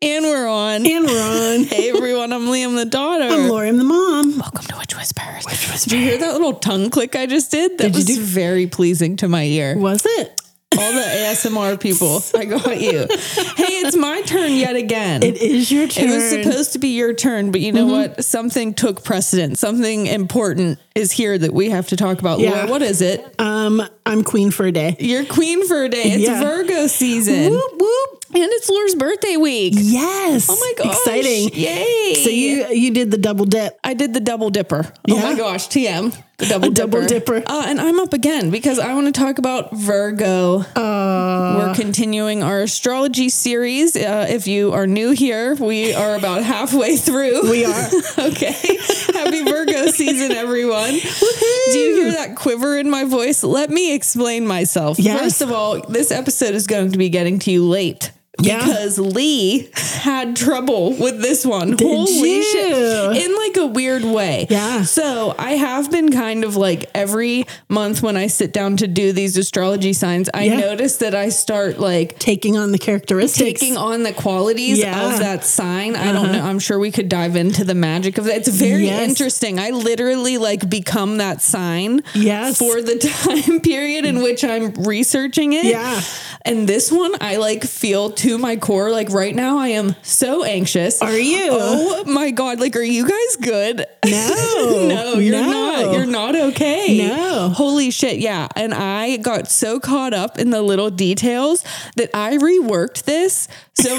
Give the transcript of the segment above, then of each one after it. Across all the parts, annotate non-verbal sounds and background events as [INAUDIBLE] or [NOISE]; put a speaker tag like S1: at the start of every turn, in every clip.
S1: And we're on.
S2: And Ron.
S1: [LAUGHS] Hey everyone, I'm Liam the daughter.
S2: I'm Lori, I'm the mom.
S1: Welcome to Witch Whispers. Witch Whispers. Did you hear that little tongue click I just did? That
S2: Did you
S1: was
S2: do-
S1: very pleasing to my ear.
S2: Was it? [LAUGHS]
S1: All the ASMR people, I got you. Hey, it's my turn yet again.
S2: It is your turn.
S1: It was supposed to be your turn, but you know what? Something took precedent. Something important is here that we have to talk about.
S2: Yeah.
S1: Laura, what is it?
S2: um, I'm queen for a day.
S1: You're queen for a day. It's
S2: Yeah.
S1: Virgo season.
S2: Whoop whoop.
S1: And it's Laura's birthday week.
S2: Yes.
S1: Oh my gosh.
S2: Exciting.
S1: Yay.
S2: So you you did the double dip.
S1: I did the double dipper. Oh
S2: Yeah?
S1: my gosh, TM. The double
S2: A
S1: dipper.
S2: double dipper.
S1: Uh, and I'm up again because I want to talk about Virgo.
S2: Uh.
S1: We're continuing our astrology series. Uh, if you are new here, we are about halfway through.
S2: We are.
S1: [LAUGHS] okay. Happy Virgo season,
S2: [LAUGHS]
S1: everyone. Do you hear that quiver in my voice? Let me explain myself.
S2: Yes.
S1: First of all, this episode is going to be getting to you late.
S2: Yeah.
S1: Because Lee had trouble with this one. Holy
S2: you?
S1: shit. In like a weird way.
S2: Yeah.
S1: So I have been kind of like every month when I sit down to do these astrology signs, I
S2: Yeah.
S1: notice that I start like
S2: Taking on the characteristics.
S1: taking on the qualities
S2: Yeah. Uh-huh.
S1: of that sign. I don't know. I'm sure we could dive into the magic of that. It's very
S2: Yes.
S1: interesting. I literally like become that sign
S2: Yes.
S1: for the [LAUGHS] time period in which I'm researching it.
S2: Yeah.
S1: And this one I like feel to my core. Like right now I am so anxious.
S2: Are you?
S1: Oh my God. Like, are you guys good?
S2: [LAUGHS] No.
S1: [LAUGHS] no, you're
S2: No.
S1: not. You're not okay.
S2: No.
S1: Holy shit. Yeah. And I got so caught up in the little details that I reworked this so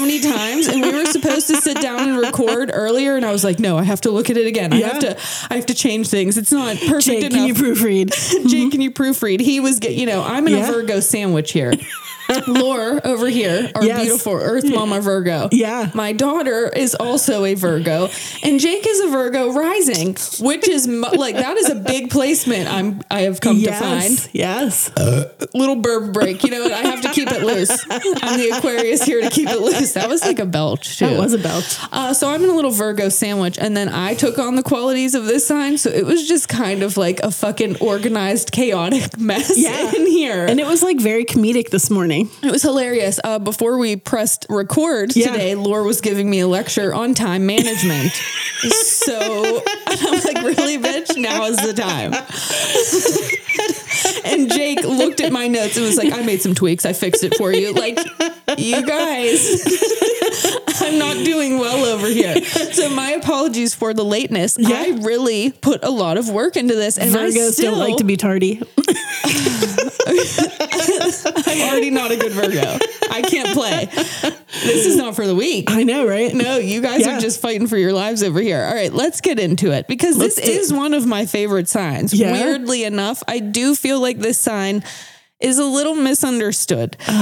S2: [LAUGHS]
S1: many times. and we were supposed to sit down and record earlier. And I was like, no, I have to look at it again. I have
S2: Yeah.
S1: to, I have to change things. It's not perfect
S2: Jake,
S1: enough.
S2: can you
S1: [LAUGHS]
S2: proofread?
S1: Jake, can you proofread? He was, get, you know, I'm in a
S2: Yeah.
S1: Virgo
S2: [LAUGHS]
S1: sandwich here. Lore over here, our
S2: Yes.
S1: beautiful Earth Mama Virgo.
S2: Yeah.
S1: my daughter is also a Virgo, and Jake is a Virgo rising, which is mu- like that is a big placement. I'm I have come to find
S2: Yes. Yes.
S1: little burp break. You know, what? I have to keep it loose. I'm the Aquarius here to keep it loose. That was like a belch. Too.
S2: That was a belt.
S1: Uh, so I'm in a little Virgo sandwich, and then I took on the qualities of this sign. So it was just kind of like a fucking organized, chaotic mess
S2: Yeah.
S1: in here.
S2: And it was like very comedic this morning.
S1: It was hilarious. Uh, before we pressed record
S2: Yeah.
S1: today, Laura was giving me a lecture on time management. so [LAUGHS] I'm like, really, bitch? Now is the time. [LAUGHS] and Jake looked at my notes and was like, I made some tweaks. I fixed it for you. Like, you guys, [LAUGHS] I'm not doing well over here. So my apologies for the lateness.
S2: Yeah.
S1: I really put a lot of work into this. And I
S2: Virgos
S1: still
S2: don't like to be tardy.
S1: I'm already not a good Virgo. I can't play. This is not for the weak.
S2: I know, right?
S1: [LAUGHS] No, you guys
S2: Yeah.
S1: are just fighting for your lives over here. All right, let's get into it because this
S2: Let's do
S1: is one of my favorite signs.
S2: Yeah?
S1: Weirdly enough, I do feel like this sign is a little misunderstood.
S2: Uh.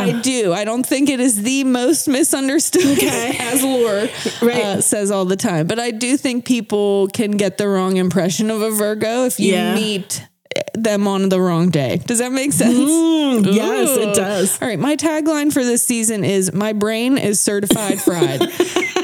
S1: I do. I don't think it is the most misunderstood
S2: Okay.
S1: [LAUGHS] as Lore
S2: Right.
S1: uh, says all the time, but I do think people can get the wrong impression of a Virgo if you
S2: Yeah.
S1: meet them on the wrong day. Does that make sense?
S2: Mm, Yes,
S1: Ooh.
S2: it does.
S1: All right, my tagline for this season is "My brain is
S2: [LAUGHS]
S1: certified fried."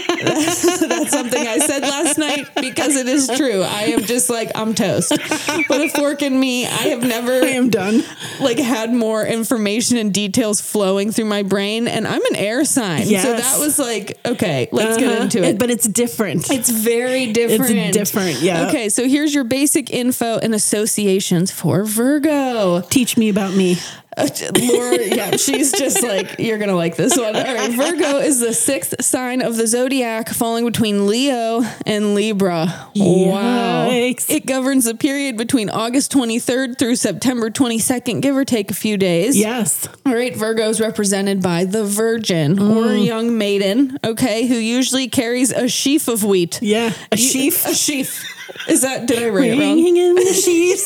S1: That's something I said last night because it is true. I am just like I'm toast. Put a fork in me. I have
S2: I
S1: never
S2: am done.
S1: like had more information and details flowing through my brain, and I'm an air sign,
S2: Yes.
S1: so that was like okay, let's get
S2: Uh-huh.
S1: into it.
S2: But it's different.
S1: It's very different.
S2: different, yeah.
S1: Okay, so here's your basic info and associations for Virgo.
S2: Teach me about me.
S1: Uh, Laura, yeah, she's just like, you're going to like this one. All right. Virgo is the sixth sign of the zodiac, falling between Leo and Libra. Wow.
S2: Yikes.
S1: It governs the period between August 23rd through September 22nd, give or take a few days.
S2: Yes.
S1: All right, Virgo is represented by the virgin
S2: Mm.
S1: or young maiden, okay, who usually carries a sheaf of wheat.
S2: Yeah. A
S1: You-
S2: sheaf. [LAUGHS]
S1: A sheaf. Is that, did I write it wrong?
S2: Hanging in the sheaves.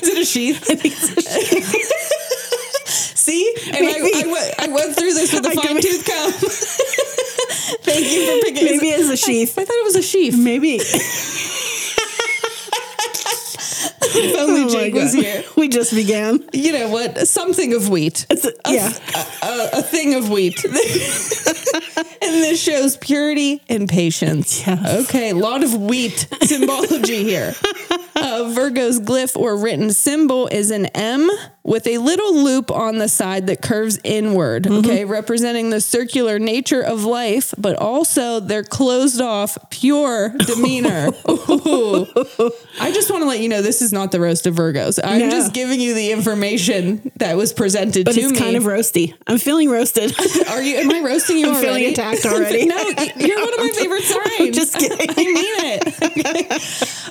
S1: Is it a sheath?
S2: I think it's a sheath. [LAUGHS]
S1: See, and I, I, went, I went through this with a
S2: I give
S1: fine
S2: it-
S1: tooth comb. [LAUGHS] Thank you for picking.
S2: Maybe it's a Oh sheath.
S1: I thought it was a sheaf.
S2: [LAUGHS] Maybe.
S1: If only
S2: Oh my
S1: Jake was
S2: God.
S1: here.
S2: We just began.
S1: You know what? Something of wheat.
S2: It's a- uh, yeah.
S1: a, a thing of wheat. [LAUGHS] and this shows purity and patience.
S2: Yes.
S1: Okay, a lot of wheat symbology here. Uh, Virgo's glyph or written symbol is an M with a little loop on the side that curves inward,
S2: Mm-hmm.
S1: okay, representing the circular nature of life, but also their closed off,
S2: [LAUGHS]
S1: pure demeanor. Ooh. I just want to let you know this is not the roast of Virgos. I'm
S2: No.
S1: just giving you the information that was presented
S2: But
S1: to
S2: it's
S1: me.
S2: kind of roasty. I'm feeling [LAUGHS] roasted.
S1: Are you? Am I roasting you
S2: I'm feeling
S1: already? [LAUGHS]
S2: attacked already.
S1: no, you're one of my
S2: [LAUGHS]
S1: favorite signs.
S2: just kidding.
S1: I mean it.
S2: [LAUGHS]
S1: Okay.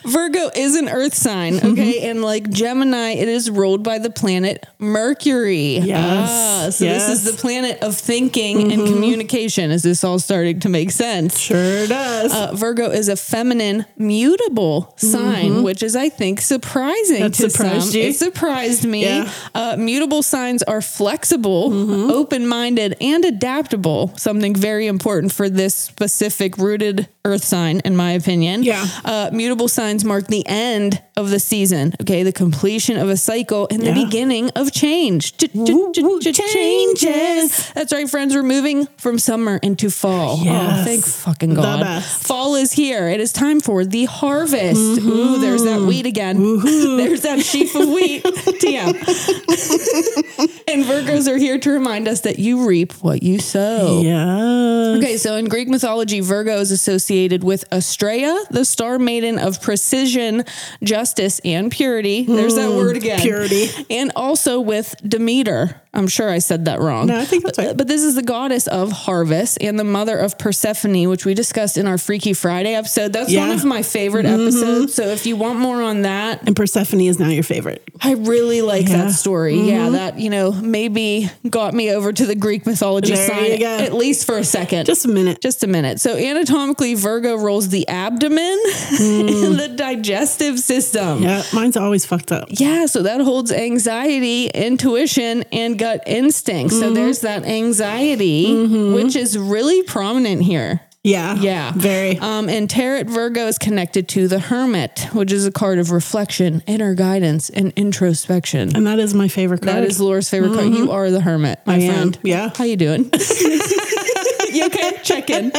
S1: [LAUGHS] Virgo is an Earth sign, okay,
S2: Mm-hmm.
S1: and like Gemini, it is ruled by the planet Mercury. Ah,
S2: Yes.
S1: so this
S2: Yes. Mm-hmm.
S1: is the planet of thinking and communication. Is this all starting to make sense?
S2: Sure does.
S1: Uh, Virgo is a feminine, mutable sign, which is, I think, surprising
S2: Mm-hmm. That
S1: to
S2: surprised
S1: some.
S2: you?
S1: It surprised me.
S2: Yeah. Mm-hmm.
S1: Uh, mutable signs are flexible, open-minded, and adaptable. Something very important for this specific rooted Earth sign, in my opinion.
S2: Yeah.
S1: Uh, mutable signs mark the end of the season. Okay, the completion of a cycle and the
S2: Yeah.
S1: beginning of change. Ch- ch-
S2: Woo,
S1: ch-
S2: woo,
S1: ch-
S2: changes.
S1: Changes. That's right, friends. We're moving from summer into fall. Oh,
S2: Yes.
S1: thank fucking God.
S2: best. Mm-hmm.
S1: Fall is here. It is time for the harvest. Ooh, there's that wheat again. [LAUGHS] there's that sheaf of wheat. [LAUGHS] TM. and Virgos are here to remind us that you reap what you
S2: Oh.
S1: sow.
S2: yeah.
S1: Okay, so in Greek mythology, Virgo is associated with Astrea, the star maiden of precision, justice, and purity. There's that word again.
S2: Mm, purity.
S1: And also with Demeter. I'm sure I said that wrong.
S2: No, I think that's
S1: But-
S2: right.
S1: But this is the goddess of harvest and the mother of Persephone, which we discussed in our Freaky Friday episode. That's one
S2: Yeah. Mm-hmm.
S1: of my favorite episodes. So if you want more on that,
S2: And Persephone is now your favorite.
S1: I really like that story.
S2: Mm-hmm.
S1: Yeah, that, you know, maybe got me over to the Greek mythology
S2: There
S1: side
S2: you go.
S1: at least for a second
S2: Just a minute.
S1: just a minute. So anatomically, Virgo rules the abdomen [LAUGHS]
S2: Hmm.
S1: and the digestive system. Yeah.
S2: Yeah, mine's always fucked up.
S1: so that holds anxiety, intuition, and gut instinct. So there's that anxiety, which is really prominent here.
S2: Yeah.
S1: Yeah.
S2: Very.
S1: Um, and Tarot Virgo is connected to the Hermit, which is a card of reflection, inner guidance, and introspection.
S2: and that is my favorite card.
S1: That is Laura's favorite card. You are the hermit, my
S2: Mm-hmm. I am,
S1: friend.
S2: yeah.
S1: How
S2: [LAUGHS]
S1: you doing? you okay? Check in.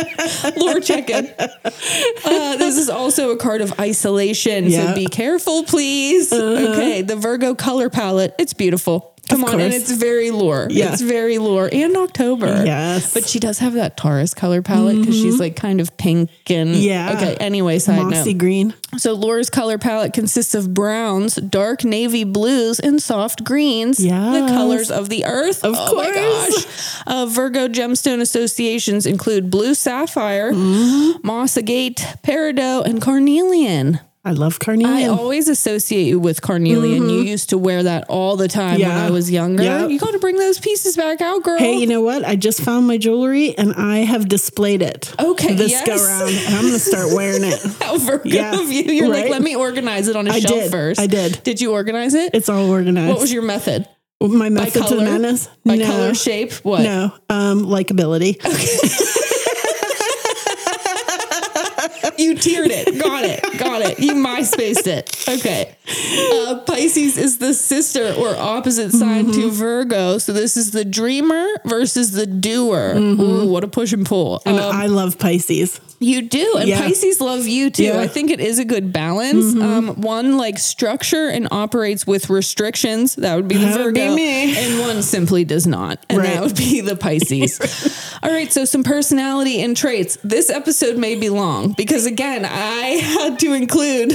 S1: Laura, check in. Uh, this is also a card of isolation. So
S2: Yeah. Uh-huh.
S1: be careful, please. Okay. The Virgo color palette. It's beautiful. Come on. And
S2: course.
S1: it's very lore.
S2: Yeah.
S1: It's very lore. And October.
S2: Yes. Mm-hmm.
S1: But she does have that Taurus color palette because she's like kind of pink and.
S2: Yeah.
S1: Okay. Anyway, side
S2: Mossy
S1: note.
S2: green.
S1: So Laura's color palette consists of browns, dark navy blues, and soft greens.
S2: Yes.
S1: The colors of the earth. Of My
S2: course.
S1: gosh. Uh, Virgo gemstone associations include blue sapphire,
S2: Mm-hmm.
S1: moss agate, peridot, and carnelian.
S2: I love
S1: I
S2: carnelian.
S1: always associate you with carnelian. You used to wear that all the time when
S2: Mm-hmm. Yeah.
S1: I was younger.
S2: Yep.
S1: You got to bring those pieces back out, girl.
S2: hey, you know what? I just found my jewelry and I have displayed it.
S1: Okay,
S2: This
S1: yes.
S2: go round. And I'm gonna start wearing
S1: [LAUGHS]
S2: it.
S1: [LAUGHS] How Virgo
S2: Yeah,
S1: of you. You're like,
S2: right?
S1: let me organize it on a
S2: I
S1: shelf
S2: did.
S1: first.
S2: I did.
S1: Did you organize it?
S2: It's all
S1: what was
S2: organized.
S1: your method?
S2: my method to
S1: color?
S2: the madness?
S1: By
S2: no.
S1: color, shape, what?
S2: No. Um, likability.
S1: You tiered it. Got it. Got it. You MySpaced it. Okay. Uh, Pisces is the sister or opposite sign to Virgo. So this is the dreamer versus the doer. Ooh, what a push and pull.
S2: And
S1: Um,
S2: I love Pisces.
S1: you do. And
S2: Yeah.
S1: Pisces love you too.
S2: Yeah. Mm-hmm.
S1: I think it is a good balance. Um, one like structure and operates with restrictions. That would be the
S2: That
S1: Virgo.
S2: would be me.
S1: And one simply does not. And that
S2: Right.
S1: would be
S2: [LAUGHS]
S1: the Pisces. All right. So some personality and traits. This episode may be long because again, I had to include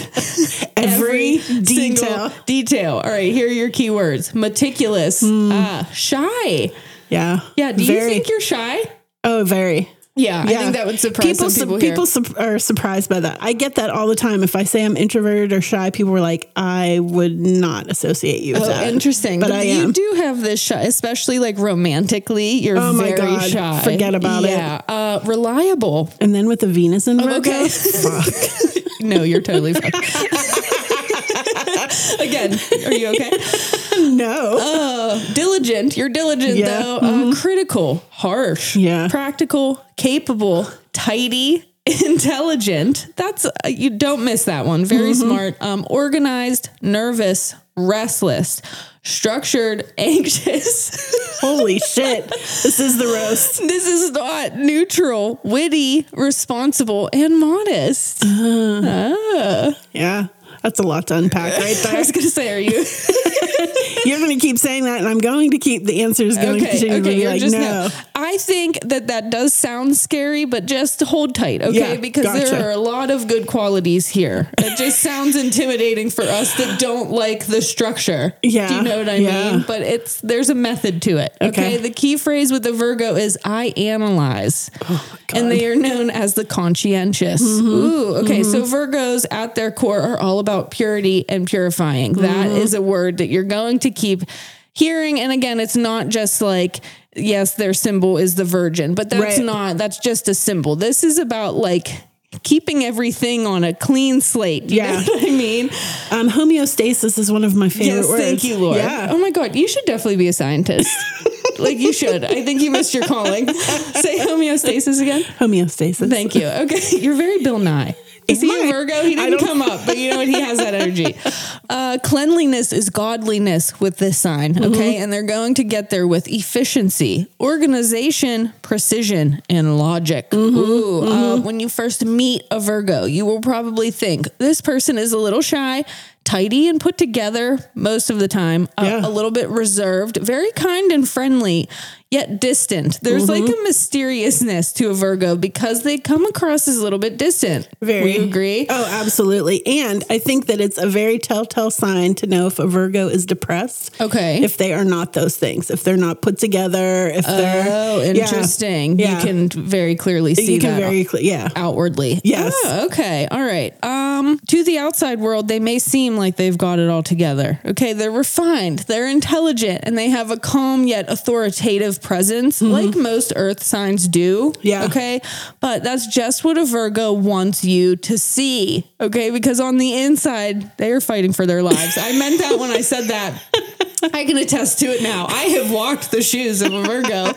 S2: Every, detail.
S1: single detail. All right. Here are your keywords. Meticulous. Ah, shy.
S2: Yeah.
S1: Yeah. Do
S2: Hmm. very,
S1: you think you're shy?
S2: Oh, very.
S1: Yeah, I think that would surprise
S2: people. su-
S1: some people. here.
S2: people su- are surprised by that. I get that all the time. If I say I'm introverted or shy, people are like, "I would not associate you with
S1: Oh,
S2: that."
S1: interesting.
S2: But I
S1: you
S2: am.
S1: do have this shy, especially like romantically. You're
S2: Oh my
S1: very
S2: God,
S1: shy.
S2: forget about it.
S1: yeah. Uh, reliable.
S2: And then with the
S1: Oh, [LAUGHS]
S2: Venus in Virgo,
S1: okay.
S2: fuck. [LAUGHS]
S1: No, you're totally fucked. Again, are you okay?
S2: No.
S1: diligent. You're diligent
S2: Yeah. Mm-hmm.
S1: though. Uh, critical, harsh,
S2: Yeah.
S1: practical, capable, tidy, [LAUGHS] intelligent. That's uh, you don't miss that one. Very
S2: Mm-hmm.
S1: smart, um, organized, nervous, restless, structured, [LAUGHS] anxious.
S2: Holy shit. This is the roast.
S1: this is not neutral, witty, responsible, and modest.
S2: Yeah. That's a lot to unpack right
S1: [LAUGHS] I
S2: there.
S1: was gonna say, are you?
S2: You're going to keep saying that, and I'm going to keep the answers going to
S1: okay,
S2: continue to
S1: okay,
S2: be [LAUGHS]
S1: you're
S2: like,
S1: just
S2: no.
S1: no. I think that that does sound scary, but just hold tight, okay?
S2: Yeah,
S1: because
S2: gotcha.
S1: there are a lot of good qualities here. It just sounds intimidating for us that don't like the structure. do
S2: Yeah,
S1: you know what I
S2: yeah.
S1: mean? But it's there's a method to it.
S2: Okay.
S1: okay, the key phrase with the Virgo is "I analyze."
S2: Oh,
S1: and they are known as the conscientious.
S2: Mm-hmm.
S1: Ooh, okay. So Virgos at their core are all about purity and purifying. That
S2: Mm-hmm.
S1: is a word that you're going to keep hearing. And again, it's not just like, yes, their symbol is the virgin, but that's
S2: Right.
S1: not, that's just a symbol. This is about like keeping everything on a clean slate. You
S2: Yeah.
S1: know what I mean?
S2: Um, homeostasis is one of my favorite
S1: Yes,
S2: words.
S1: thank you, Lord.
S2: Yeah.
S1: Oh my God, you should definitely be a scientist. [LAUGHS] like you should. I think you missed your [LAUGHS] calling. Say homeostasis again.
S2: Homeostasis.
S1: Thank you. Okay. [LAUGHS] You're very Bill Nye. Is he
S2: Am I?
S1: a Virgo? He
S2: [LAUGHS] I
S1: didn't
S2: don't-
S1: come up, but you know what? He has that energy. Uh, cleanliness is godliness with this sign.
S2: Mm-hmm.
S1: Okay. And they're going to get there with efficiency, organization, precision, and logic.
S2: Mm-hmm.
S1: Ooh. Uh, when you first meet a Virgo, you will probably think this person is a little shy, tidy, and put together most of the time, uh,
S2: Yeah.
S1: a little bit reserved, very kind and friendly, yet distant. There's
S2: Mm-hmm.
S1: like a mysteriousness to a Virgo because they come across as a little bit distant.
S2: Very.
S1: Would you agree?
S2: Oh, absolutely. And I think that it's a very telltale sign to know if a Virgo is depressed.
S1: Okay.
S2: If they are not those things, if they're not put together, if they're.
S1: oh,
S2: Yeah.
S1: interesting.
S2: Yeah.
S1: You can very clearly see
S2: You can
S1: that.
S2: very clear. Yeah.
S1: outwardly.
S2: Yes.
S1: Oh, okay. All right. Um, to the outside world, they may seem like they've got it all together. Okay. They're refined, they're intelligent, and they have a calm yet authoritative presence, like most earth signs do.
S2: Mm-hmm. Yeah.
S1: Okay. But that's just what a Virgo wants you to see. Okay. Because on the inside, they are fighting for their lives. I meant that when I
S2: [LAUGHS]
S1: said that. I can attest to it now. I have walked the shoes of a Virgo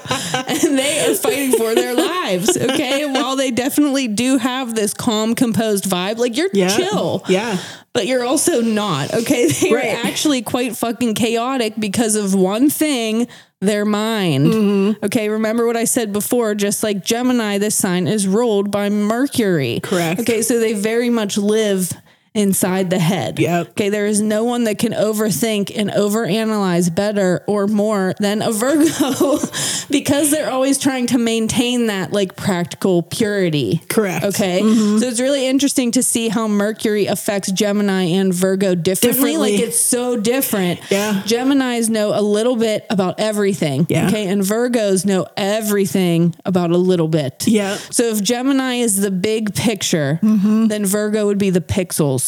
S1: and they are fighting for their lives. Okay. And while they definitely do have this calm, composed vibe, like you're
S2: Yeah.
S1: chill.
S2: Yeah.
S1: But you're also not. Okay. [LAUGHS] They
S2: Right.
S1: are actually quite fucking chaotic because of one thing their mind.
S2: Mm-hmm.
S1: Okay. Remember what I said before? Just like Gemini, this sign is ruled by Mercury.
S2: Correct.
S1: Okay. So they very much live inside the head.
S2: Yep.
S1: Okay, there is no one that can overthink and overanalyze better or more than a Virgo [LAUGHS] because they're always trying to maintain that like practical purity.
S2: Correct. Mm-hmm.
S1: Okay. So it's really interesting to see how Mercury affects Gemini and Virgo differently.
S2: Differently.
S1: Like it's so different.
S2: Yeah.
S1: Geminis know a little bit about everything.
S2: Yeah.
S1: Okay. And Virgos know everything about a little bit.
S2: Yeah.
S1: So if Gemini is the big picture, then Virgo would be the pixels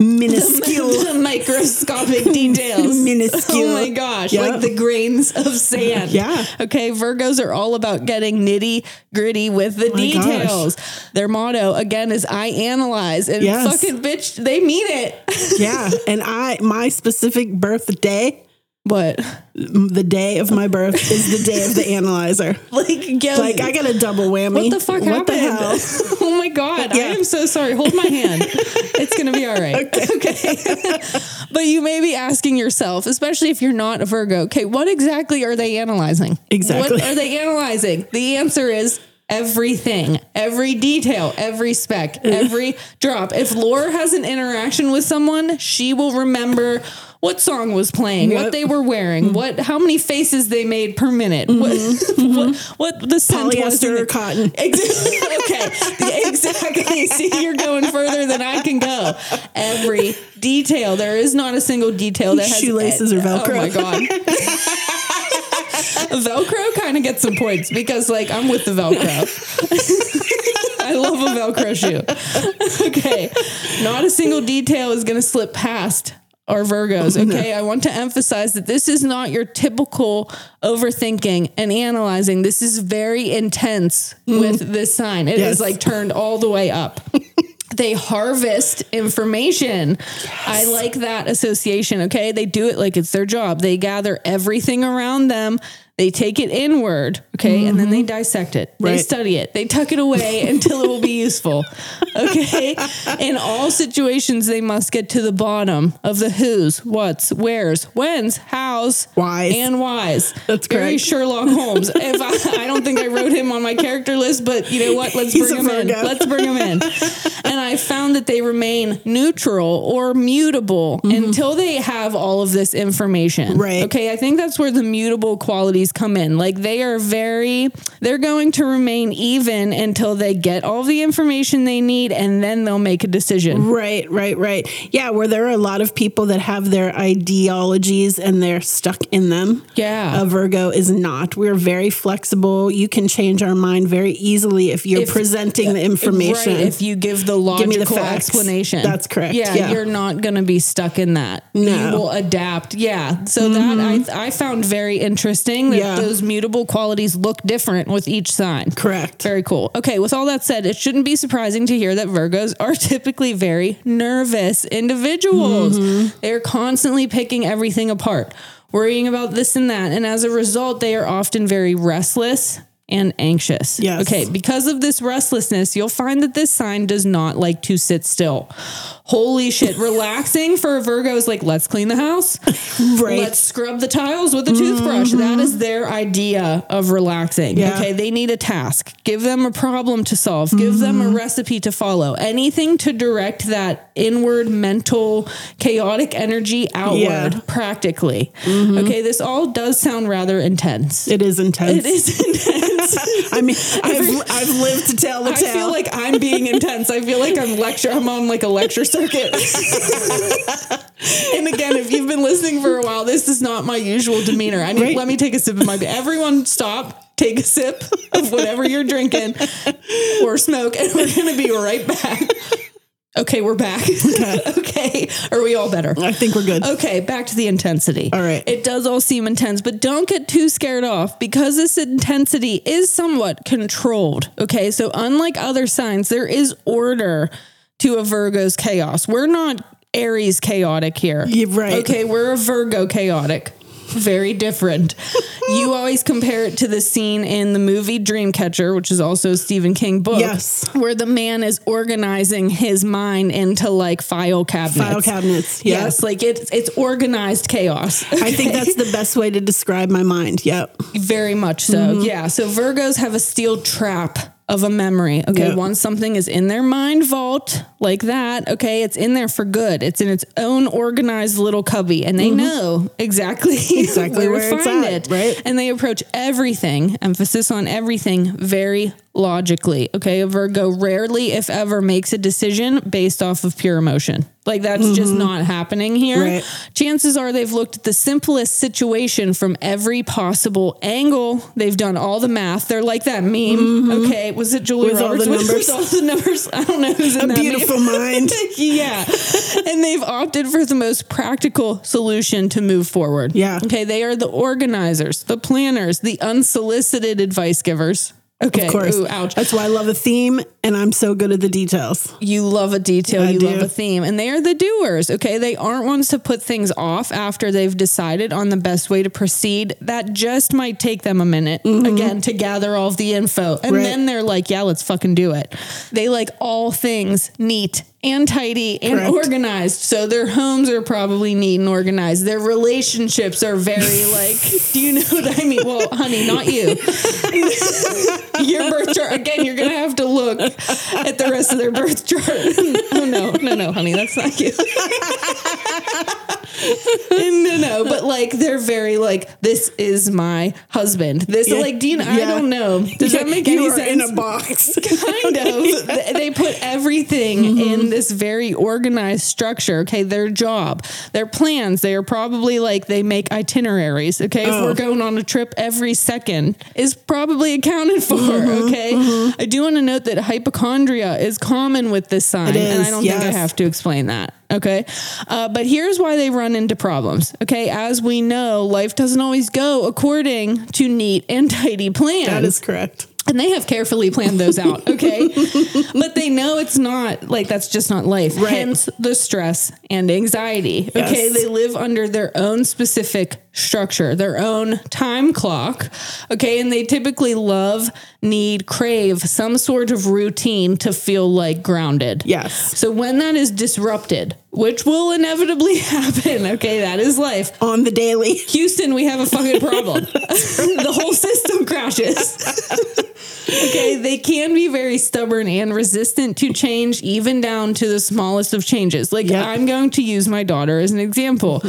S2: Minuscule.
S1: [LAUGHS] the microscopic details.
S2: Minuscule.
S1: [LAUGHS] Oh my gosh,
S2: Yeah.
S1: like the grains of sand.
S2: Yeah.
S1: Okay, Virgos are all about getting nitty gritty with the
S2: my gosh.
S1: details. Their motto again is "I analyze," and
S2: Yes.
S1: fucking bitch, they mean it.
S2: yeah. And I, my specific birthday,
S1: But
S2: the day of my birth is the day of the analyzer.
S1: [LAUGHS] like, yo,
S2: Like I got a double whammy.
S1: what the fuck happened?
S2: the hell?
S1: oh my god,
S2: Yeah.
S1: I am so sorry. Hold my hand. it's gonna be all right. [LAUGHS] but you may be asking yourself, especially if you're not a Virgo, okay, what exactly are they analyzing?
S2: Exactly.
S1: What are they analyzing? The answer is everything, every detail, every speck, every drop. If Laura has an interaction with someone, she will remember what song was playing,
S2: Yep.
S1: what they were wearing, what how many faces they made per minute, [LAUGHS] what, what what the scent was.
S2: Polyester or cotton?
S1: Exactly. [LAUGHS] okay. Yeah, Exactly. See, you're going further than I can go. Every detail. There is not a single detail that has
S2: Shoelaces or
S1: Oh my
S2: Velcro.
S1: god. [LAUGHS] Velcro kind of gets some points because, like, I'm with the Velcro. I love a Velcro shoe. okay. Not a single detail is going to slip past our Virgos. Okay. I want to emphasize that this is not your typical overthinking and analyzing. This is very intense with this sign. It is
S2: Yes.
S1: like turned all the way up. they harvest information. I like that association. Okay. They do it like it's their job. They gather everything around them, they take it inward. Okay. And then they dissect it, they
S2: Mm-hmm. Right.
S1: study it, they tuck
S2: [LAUGHS]
S1: it away until it will be useful. Okay. In all situations, they must get to the bottom of the who's, what's, where's, when's, how's,
S2: Whys.
S1: and whys.
S2: That's
S1: Very
S2: correct.
S1: Sherlock Holmes. If I, I don't think I wrote him on my character list, but you know what? Let's
S2: He's
S1: bring
S2: a
S1: him in.
S2: Virgo.
S1: Let's bring him in. and I found that they remain neutral or mutable until they have all of this information.
S2: Right.
S1: Okay. I think that's where the mutable qualities come in. Like they are very, they're going to remain even until they get all the information they need and then they'll make a decision.
S2: Right, right, right. Yeah, where there are a lot of people that have their ideologies and they're stuck in them.
S1: Yeah.
S2: A Virgo is not. We're very flexible. You can change our mind very easily if you're
S1: If-
S2: presenting the information.
S1: Right, if you give the logical
S2: me the facts.
S1: explanation.
S2: That's correct,
S1: Yeah,
S2: yeah.
S1: you're not going to be stuck in that.
S2: No. Mm-hmm.
S1: You will adapt. Yeah. So that I, I found very interesting that
S2: Yeah.
S1: those mutable qualities look different with each sign.
S2: Correct.
S1: Very cool. Okay, with all that said, it shouldn't be surprising to hear that Virgos are [LAUGHS] typically very nervous individuals.
S2: Mm-hmm.
S1: They're constantly picking everything apart, worrying about this and that. And as a result, they are often very restless and anxious.
S2: Yes.
S1: Okay, because of this restlessness, you'll find that this sign does not like to sit still. Holy
S2: [LAUGHS]
S1: shit, relaxing for a Virgo is like, let's clean the house.
S2: Right. Mm-hmm.
S1: Let's scrub the tiles with a toothbrush. That is their idea of relaxing.
S2: Yeah.
S1: Okay. They need a task. Give them a problem to solve.
S2: Mm-hmm.
S1: Give them a recipe to follow. Anything to direct that inward mental chaotic energy outward
S2: Yeah. Mm-hmm.
S1: practically. Okay. This all does sound rather intense.
S2: it is intense.
S1: It is intense.
S2: I
S1: [LAUGHS]
S2: mean, I've, I've lived to tell the
S1: I
S2: tale.
S1: feel like I'm being intense. I feel like I'm lecture. I'm on like a lecture circuit. and again, if you've been listening for a while, this is not my usual demeanor. I need,
S2: Right.
S1: let me take a sip of my. beer. Everyone, stop. Take a sip of whatever you're drinking or smoke, and we're gonna be right back. Okay, we're back. [LAUGHS] okay, are we all better?
S2: I think we're good.
S1: Okay, back to the intensity.
S2: All right.
S1: It does all seem intense, but don't get too scared off because this intensity is somewhat controlled. Okay. So, unlike other signs, there is order to a Virgo's chaos. We're not Aries chaotic here.
S2: Yeah, right.
S1: Okay. We're a Virgo chaotic.
S2: [LAUGHS]
S1: Very different. you always compare it to the scene in the movie Dreamcatcher, which is also a Stephen King book.
S2: Yes.
S1: Where the man is organizing his mind into like file cabinets.
S2: File cabinets. Yeah.
S1: Yes, like it's it's organized chaos.
S2: I think that's the best way to describe my mind. Yep.
S1: Very much so. Yeah. So Virgos have a steel trap of a memory. Okay.
S2: Yeah.
S1: Once something is in their mind vault like that, okay, it's in there for good. It's in its own organized little cubby and they know Mm-hmm. exactly, [LAUGHS]
S2: Exactly
S1: where,
S2: where
S1: to
S2: it's
S1: find
S2: at,
S1: it.
S2: right?
S1: And they approach everything, emphasis on everything, very logically. Okay. A Virgo rarely, if ever, makes a decision based off of pure emotion. Like that's just not happening here here,
S2: Mm-hmm. Right.
S1: chances are they've looked at the simplest situation from every possible angle. They've done all the math. They're like that meme. Okay, was it Julie
S2: Mm-hmm. With all
S1: Roberts? [LAUGHS]
S2: the numbers.
S1: With- with all the numbers. I don't know who's in that meme.
S2: Beautiful
S1: [LAUGHS]
S2: mind.
S1: yeah. and they've opted for the most practical solution to move forward.
S2: Yeah.
S1: Okay. They are the organizers, the planners, the unsolicited advice givers. Okay.
S2: Of course.
S1: Ooh, ouch
S2: That's why I love a theme and I'm so good at the details.
S1: you love a detail,
S2: I
S1: you
S2: do.
S1: love a theme, and they are the doers. Okay, they aren't ones to put things off after they've decided on the best way to proceed. That just might take them a minute again to gather all of the info, and
S2: Mm-hmm. Right.
S1: then they're like, "Yeah, let's fucking do it." They like all things neat and tidy and
S2: Correct.
S1: organized. So their homes are probably neat and organized. Their relationships are very like, do you know what I mean? Well, honey, not you [LAUGHS] your birth chart again. You're gonna have to look at the rest of their birth chart. [LAUGHS] oh no, no, no, honey, that's not you. [LAUGHS] no, no, but like they're very like this is my husband. This
S2: Yeah.
S1: like Dean. I
S2: Yeah.
S1: don't know. Does that make
S2: you
S1: any
S2: are
S1: sense?
S2: in a
S1: [LAUGHS]
S2: box.
S1: kind of. Th- They put everything in this very organized structure. Okay, their job, their plans. They are probably like they make itineraries. Okay, if we're going on a trip, every second is probably accounted for. Okay, I do want to note that hypochondria is common with this sign, and I
S2: is,
S1: don't think
S2: yes.
S1: I have to explain that. Okay, uh, but here's why they run into problems. Okay, as we know, life doesn't always go according to neat and tidy plans.
S2: that is correct.
S1: And they have carefully planned those out,
S2: [LAUGHS]
S1: okay? but they know it's not like that's just not life. Hence the stress and anxiety. Okay,
S2: Yes.
S1: they live under their own specific structure, their own time clock. Okay, and they typically love, need, crave some sort of routine to feel like grounded.
S2: Yes.
S1: So when that is disrupted, which will inevitably [LAUGHS] happen, okay, that is life.
S2: On the daily.
S1: Houston, we have a
S2: [LAUGHS]
S1: fucking problem. the whole system crashes. okay, they can be very stubborn and resistant to change, even down to the smallest of changes. Like,
S2: Yep. Mm-hmm.
S1: I'm going to use my daughter as an example.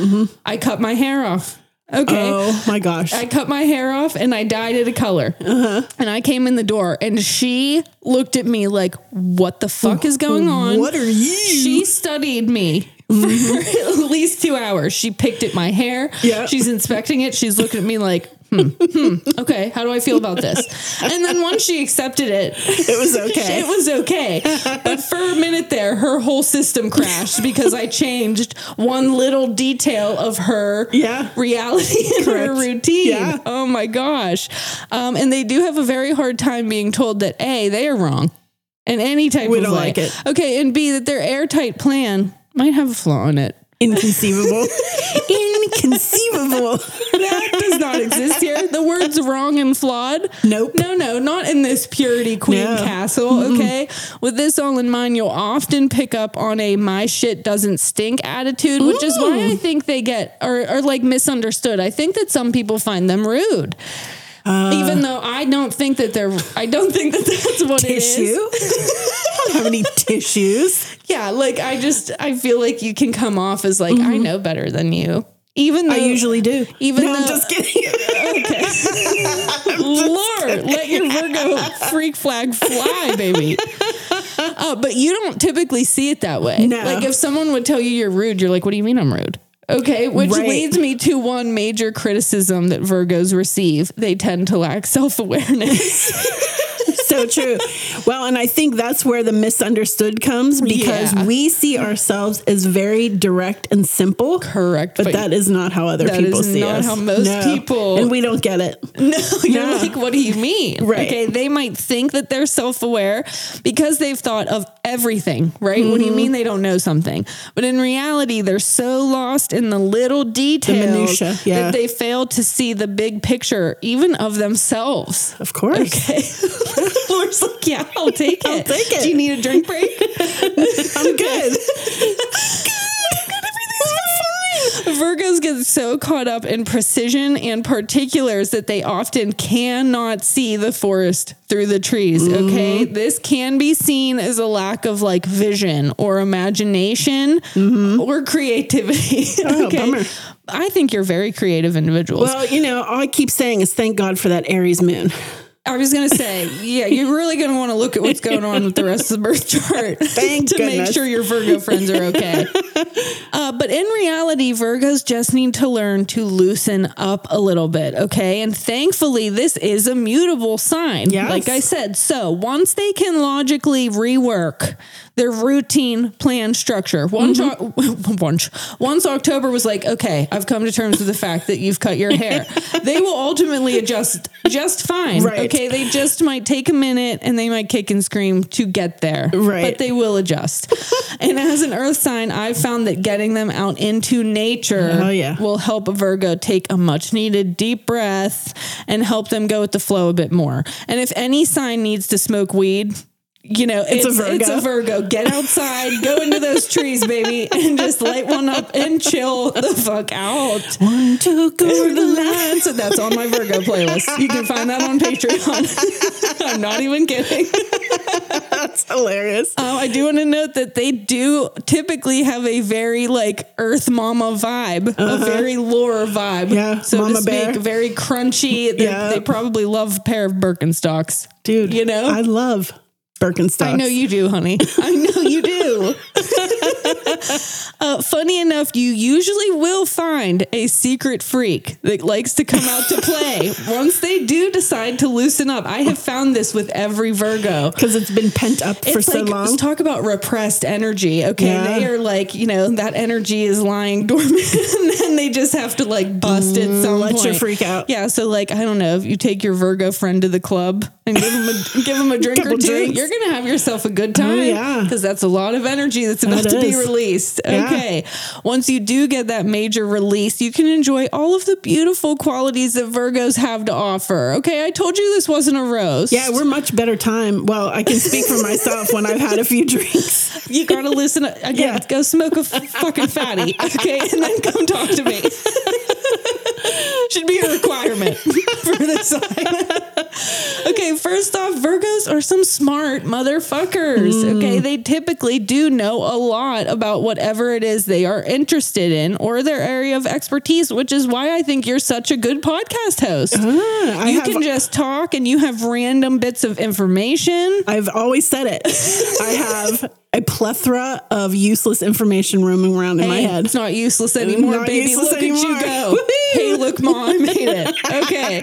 S1: I cut my hair off. Okay.
S2: Oh my gosh. Uh-huh.
S1: I cut my hair off and I dyed it a color. And I came in the door and she looked at me like, What the fuck is going on?
S2: what are you?
S1: She studied me for at least two hours. She picked at my hair.
S2: Yeah.
S1: She's inspecting it. She's looking at me like, hmm, hmm, okay, how do I feel about this? And then once she accepted it,
S2: It
S1: [LAUGHS]
S2: was okay.
S1: it was okay.
S2: [LAUGHS]
S1: But for a minute there, her whole system crashed because I changed one little detail of her
S2: Yeah.
S1: reality [LAUGHS] and her
S2: Correct.
S1: routine.
S2: Yeah.
S1: Oh my gosh. Um, and they do have a very hard time being told that A, they are wrong in any type
S2: We
S1: of
S2: don't
S1: way.
S2: like it.
S1: Okay. And B, that their airtight plan might have a flaw in it.
S2: [LAUGHS]
S1: [LAUGHS]
S2: Inconceivable. Inconceivable.
S1: That does [LAUGHS] not exist here. The words wrong and flawed.
S2: Nope.
S1: No, no, not in this purity queen
S2: No. Mm-hmm.
S1: castle. Okay. With this all in mind, you'll often pick up on a my shit doesn't stink attitude, which is why I think they get or are like misunderstood. I think that some people find them rude.
S2: Uh.
S1: Even though I don't think that they're, I don't think that that's what it [LAUGHS] is.
S2: Tissue? I don't have any tissues.
S1: Yeah, like I just, I feel like you can come off as like I know better than you, even though
S2: Mm-hmm. I usually do.
S1: even
S2: no, I'm
S1: though-
S2: just
S1: [LAUGHS]
S2: kidding.
S1: Lord,
S2: [LAUGHS]
S1: let your Virgo freak flag fly, baby. Uh, but you don't typically see it that way.
S2: No.
S1: Like if someone would tell you you're rude, you're like, what do you mean I'm rude? Okay, which
S2: Right.
S1: leads me to one major criticism that Virgos receive. They tend to lack self awareness.
S2: so true. Well, and I think that's where the misunderstood comes because
S1: Yeah.
S2: we see ourselves as very direct and simple.
S1: Correct.
S2: But, that is not how other
S1: That
S2: people
S1: is
S2: see
S1: not
S2: us.
S1: how most people-
S2: and we don't get it.
S1: No, you're
S2: No.
S1: like, what do you mean?
S2: Right.
S1: Okay, they might think that they're self aware because they've thought of everything, right? What do you mean they don't know something? But in reality, they're so lost in the little details
S2: minutia, yeah.
S1: that they fail to see the big picture, even of themselves. [LAUGHS]
S2: Of course.
S1: Okay. Laura's like, yeah, [LAUGHS] I'll take it.
S2: I'll take it.
S1: Do you need a drink break? [LAUGHS]
S2: I'm good.
S1: Virgos get so caught up in precision and particulars that they often cannot see the forest through the trees.
S2: Mm-hmm.
S1: Okay. This can be seen as a lack of like vision or imagination or creativity.
S2: Mm-hmm.
S1: [LAUGHS]
S2: Oh, bummer.
S1: I think you're very creative individuals.
S2: Well, you know, all I keep saying is thank God for that Aries moon. [LAUGHS]
S1: I was gonna say, yeah, you're really gonna want to look at what's going on with the rest of the birth chart
S2: [LAUGHS] Thank
S1: to make
S2: goodness.
S1: sure your Virgo friends
S2: [LAUGHS]
S1: are okay. Uh, but in reality, Virgos just need to learn to loosen up a little bit, okay? And thankfully, this is a mutable sign,
S2: Yes.
S1: like I said. So once they can logically rework their routine plan structure, once,
S2: Mm-hmm.
S1: Oc- [LAUGHS] once, once October was like, okay, I've come to terms with the fact that you've cut
S2: [LAUGHS]
S1: your hair, they will ultimately adjust just fine,
S2: Right.
S1: okay? They just might take a minute and they might kick and scream to get there,
S2: Right.
S1: But they will adjust. and as an earth sign, I've found that getting them out into nature
S2: Oh, yeah.
S1: will help a Virgo take a much needed deep breath and help them go with the flow a bit more. And if any sign needs to smoke weed, you know, it's,
S2: a
S1: it's,
S2: Virgo.
S1: a Virgo. Get outside, go into those trees, baby, and just light one up and chill the fuck out.
S2: One, two, go
S1: The lines- so that's on my Virgo playlist. You can find that on Patreon. [LAUGHS] I'm not even kidding.
S2: That's hilarious.
S1: Um, I do want to note that they do typically have a very like Earth Mama vibe, a very lore vibe,
S2: Uh-huh. Yeah,
S1: so
S2: Mama
S1: to speak.
S2: Bear.
S1: Very crunchy. They,
S2: [LAUGHS] Yeah.
S1: they probably love a pair of Birkenstocks,
S2: Dude,
S1: You know,
S2: I love Birkenstocks. [LAUGHS]
S1: I know you do, honey. I know you do. Uh, funny enough, you usually will find a secret freak that likes to come out
S2: [LAUGHS]
S1: to play once they do decide to loosen up. I have found this with every Virgo.
S2: because it's been pent up for
S1: It's
S2: so
S1: like,
S2: long.
S1: Let's talk about repressed energy. Okay.
S2: Yeah.
S1: They are like, you know, that energy is lying [LAUGHS] dormant and then they just have to like bust it some
S2: Mm, let your
S1: point.
S2: freak out.
S1: Yeah. So like, I don't know, if you take your Virgo friend to the club and give
S2: [LAUGHS]
S1: him a, give him a drink or
S2: Couple
S1: two,
S2: drinks. Oh,
S1: you're going to have yourself a good time.
S2: yeah.
S1: Cause that's a lot of energy that's about
S2: That
S1: to be
S2: is.
S1: released.
S2: Yeah.
S1: Okay. Once you do get that major release, you can enjoy all of the beautiful qualities that Virgos have to offer. Okay. I told you this wasn't a rose.
S2: yeah, we're much better time. Well, I can speak for myself when I've had a few [LAUGHS] drinks.
S1: You gotta listen again.
S2: Yeah.
S1: Go smoke a f- fucking fatty, okay, and then come talk to me. [LAUGHS] Should be a requirement for this sign. okay, first off, Virgos are some smart motherfuckers.
S2: Hmm.
S1: Okay, they typically do know a lot about whatever it is they are interested in or their area of expertise, which is why I think you're such a good podcast host.
S2: Ah, I
S1: you
S2: have
S1: can just talk and you have random bits of information.
S2: I've always said it. I have a plethora of useless information roaming around in my
S1: Hey,
S2: head.
S1: It's not useless anymore,
S2: Not
S1: baby.
S2: useless
S1: look
S2: anymore.
S1: at
S2: [LAUGHS]
S1: you go. Hey, look, mom, I made it. Okay.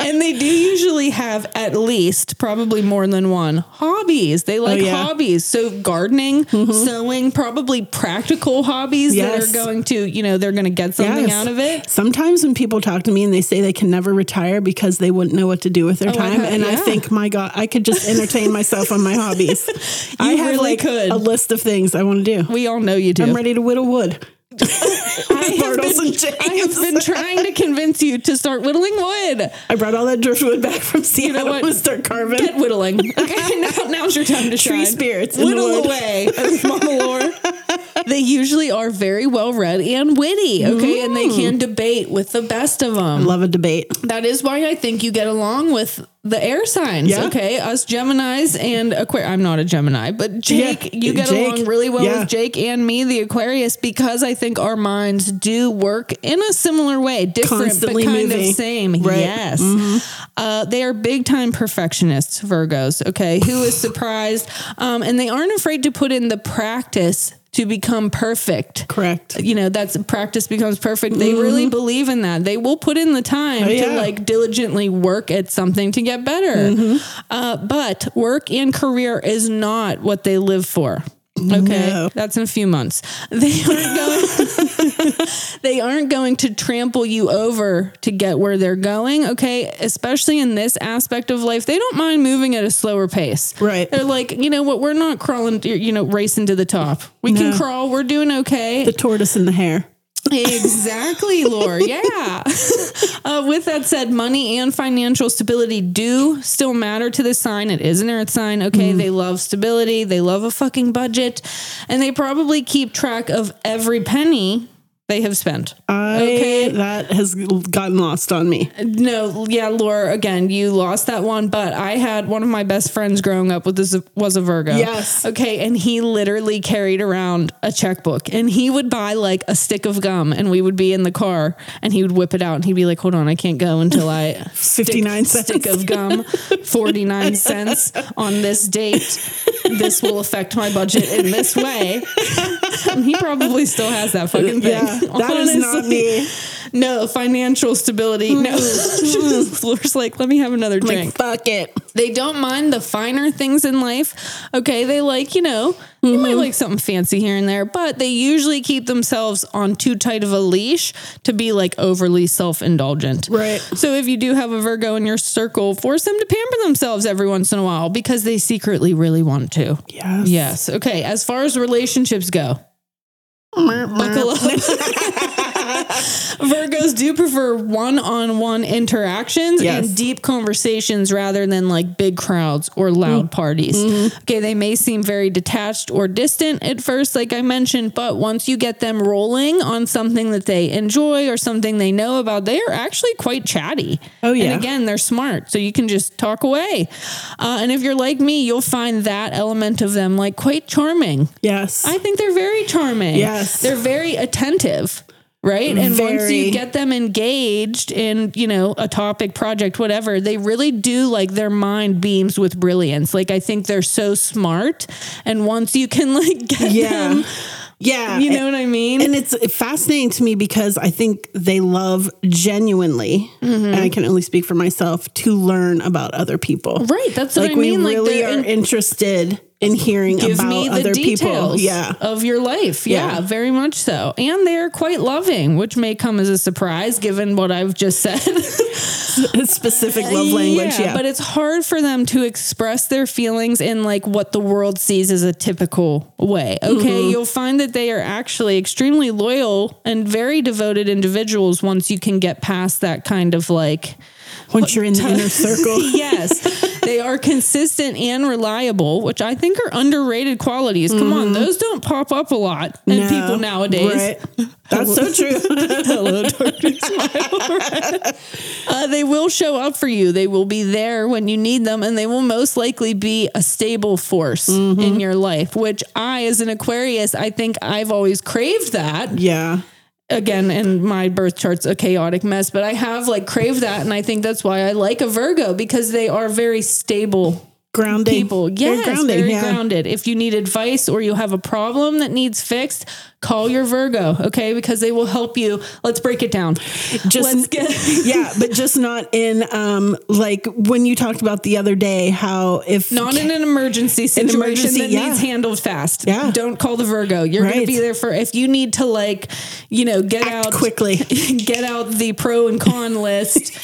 S1: and they do usually have at least, probably more than one, hobbies. They like
S2: Oh, yeah. Mm-hmm.
S1: hobbies. So gardening, sewing, probably practical hobbies
S2: Yes.
S1: that are going to, you know, they're going to get something
S2: Yes.
S1: out of it.
S2: Sometimes when people talk to me and they say they can never retire because they wouldn't know what to do with their
S1: Oh, I
S2: time,
S1: have-
S2: and I
S1: yeah.
S2: think, my God, I could just entertain myself on my
S1: [LAUGHS]
S2: hobbies. I have
S1: really
S2: like
S1: could.
S2: a list of things I want to do.
S1: We all know you do.
S2: I'm ready to whittle wood.
S1: I, have
S2: Bartles and
S1: been,
S2: James.
S1: I have been trying to convince you to start whittling wood.
S2: I brought all that driftwood back from Seattle you know
S1: what?
S2: and start carving. [LAUGHS]
S1: Get whittling. Okay, [LAUGHS] now, now's your time to
S2: Tree
S1: shine.
S2: spirits in the
S1: Whittle
S2: wood.
S1: away, as
S2: [LAUGHS]
S1: Mama Lore. They usually are very well read and witty, okay? And
S2: Mm.
S1: they can debate with the best of them.
S2: Love a debate.
S1: That is why I think you get along with the air signs,
S2: Yeah.
S1: okay? Us Geminis and Aquarius. I'm not a Gemini, but Jake,
S2: Yeah,
S1: you get
S2: Jake,
S1: along really well
S2: yeah.
S1: with Jake and me, the Aquarius, because I think our minds do work in a similar way, different
S2: Constantly
S1: but kind
S2: moving.
S1: of same.
S2: Right. Mm-hmm.
S1: Yes. Uh, they are big time perfectionists, Virgos, okay? Who is surprised? Um, and they aren't afraid to put in the practice to become perfect
S2: Correct.
S1: you know that's practice becomes perfect they really believe in that they will put in the time to
S2: Mm-hmm. Oh, yeah.
S1: like diligently work at something to get better
S2: Mm-hmm.
S1: uh, but work and career is not what they live for okay
S2: No.
S1: that's in a few months [LAUGHS] they aren't going [LAUGHS] they aren't going to trample you over to get where they're going okay especially in this aspect of life they don't mind moving at a slower pace
S2: Right.
S1: they're like you know what we're not crawling you know racing to the top we can
S2: No.
S1: crawl we're doing okay
S2: The tortoise and the hare.
S1: Exactly, Lore. Yeah. uh, with that said, money and financial stability do still matter to this sign. It is an earth sign. Okay. They love stability, they love a fucking budget, and they probably keep track of every penny they have spent.
S2: I,
S1: Okay.
S2: That has gotten lost on me.
S1: No, yeah, Laura, again, you lost that one, but I had one of my best friends growing up with this was a Virgo.
S2: Yes.
S1: Okay, and he literally carried around a checkbook and he would buy like a stick of gum and we would be in the car and he would whip it out and he'd be like, "Hold on, I can't go until I
S2: 59 cents.
S1: stick of
S2: [LAUGHS]
S1: gum 49 cents on this date. This will affect my budget in this way." [LAUGHS] And he probably still has that fucking thing.
S2: Yeah, that is not
S1: honestly.
S2: me.
S1: No, financial stability. No. [LAUGHS] Floor's like, let me have another drink.
S2: Like, fuck it.
S1: they don't mind the finer things in life. Okay. They like, you know, you might like something fancy here and there, but they usually keep themselves on too tight of a leash to be like overly self indulgent.
S2: Right.
S1: So if you do have a Virgo in your circle, force them to pamper themselves every once in a while because they secretly really want to.
S2: Yes.
S1: Yes. Okay. As far as relationships go, buckle up. Virgos do prefer one on one interactions
S2: Yes.
S1: and deep conversations rather than like big crowds or loud parties. Okay, they may seem very detached or distant at first, like I mentioned, but once you get them rolling on something that they enjoy or something they know about, they are actually quite chatty.
S2: Oh, yeah.
S1: And again, they're smart, so you can just talk away. Uh, and if you're like me, you'll find that element of them like quite charming.
S2: Yes.
S1: I think they're very charming.
S2: Yes.
S1: They're very attentive. Right. And once
S2: Very.
S1: you get them engaged in, you know, a topic, project, whatever, they really do like their mind beams with brilliance. Like [LAUGHS] I think they're so smart. And once you can like get
S2: Yeah.
S1: them
S2: Yeah.
S1: You know what I mean?
S2: And it's fascinating to me because I think they love genuinely,
S1: Mm-hmm.
S2: and I can only speak for myself, to learn about other people.
S1: Right, that's what
S2: like
S1: I mean,
S2: we
S1: like,
S2: really
S1: they're
S2: are
S1: in-
S2: interested in hearing
S1: give
S2: about
S1: me the
S2: other people.
S1: details
S2: Yeah. [LAUGHS]
S1: of your life. Yeah,
S2: Yeah.
S1: very much so. And they are quite loving, which may come as a surprise given what I've just said.
S2: Specific love language. Yeah.
S1: But it's hard for them to express their feelings in like what the world sees as a typical way. Okay.
S2: Mm-hmm.
S1: You'll find that they are actually extremely loyal and very devoted individuals once you can get past that kind of like
S2: Once you're in the
S1: [LAUGHS]
S2: inner circle.
S1: yes, they are consistent and reliable, which I think are underrated qualities. Come on, those don't pop up a lot in
S2: Mm-hmm. No.
S1: people nowadays. [LAUGHS]
S2: Right. That's so true. [LAUGHS]
S1: Hello, darkness, uh, they will show up for you. They will be there when you need them, and they will most likely be a stable force
S2: Mm-hmm.
S1: in your life. Which I, as an Aquarius, I think I've always craved that
S2: yeah.
S1: again and my birth chart's a chaotic mess but i have like craved that and i think that's why i like a virgo because they are very stable
S2: Grounding.
S1: people
S2: They're
S1: yes
S2: grounding,
S1: very
S2: yeah.
S1: grounded if you need advice or you have a problem that needs fixed call your virgo okay because they will help you let's break it down
S2: just
S1: let's get
S2: [LAUGHS] yeah, but just not in um like when you talked about the other day how if
S1: not in an emergency situation
S2: emergency,
S1: that
S2: yeah.
S1: needs handled fast
S2: Yeah.
S1: don't call the virgo you're gonna
S2: Right.
S1: be there for if you need to like you know get out
S2: quickly.
S1: [LAUGHS] get out the pro and con
S2: [LAUGHS]
S1: list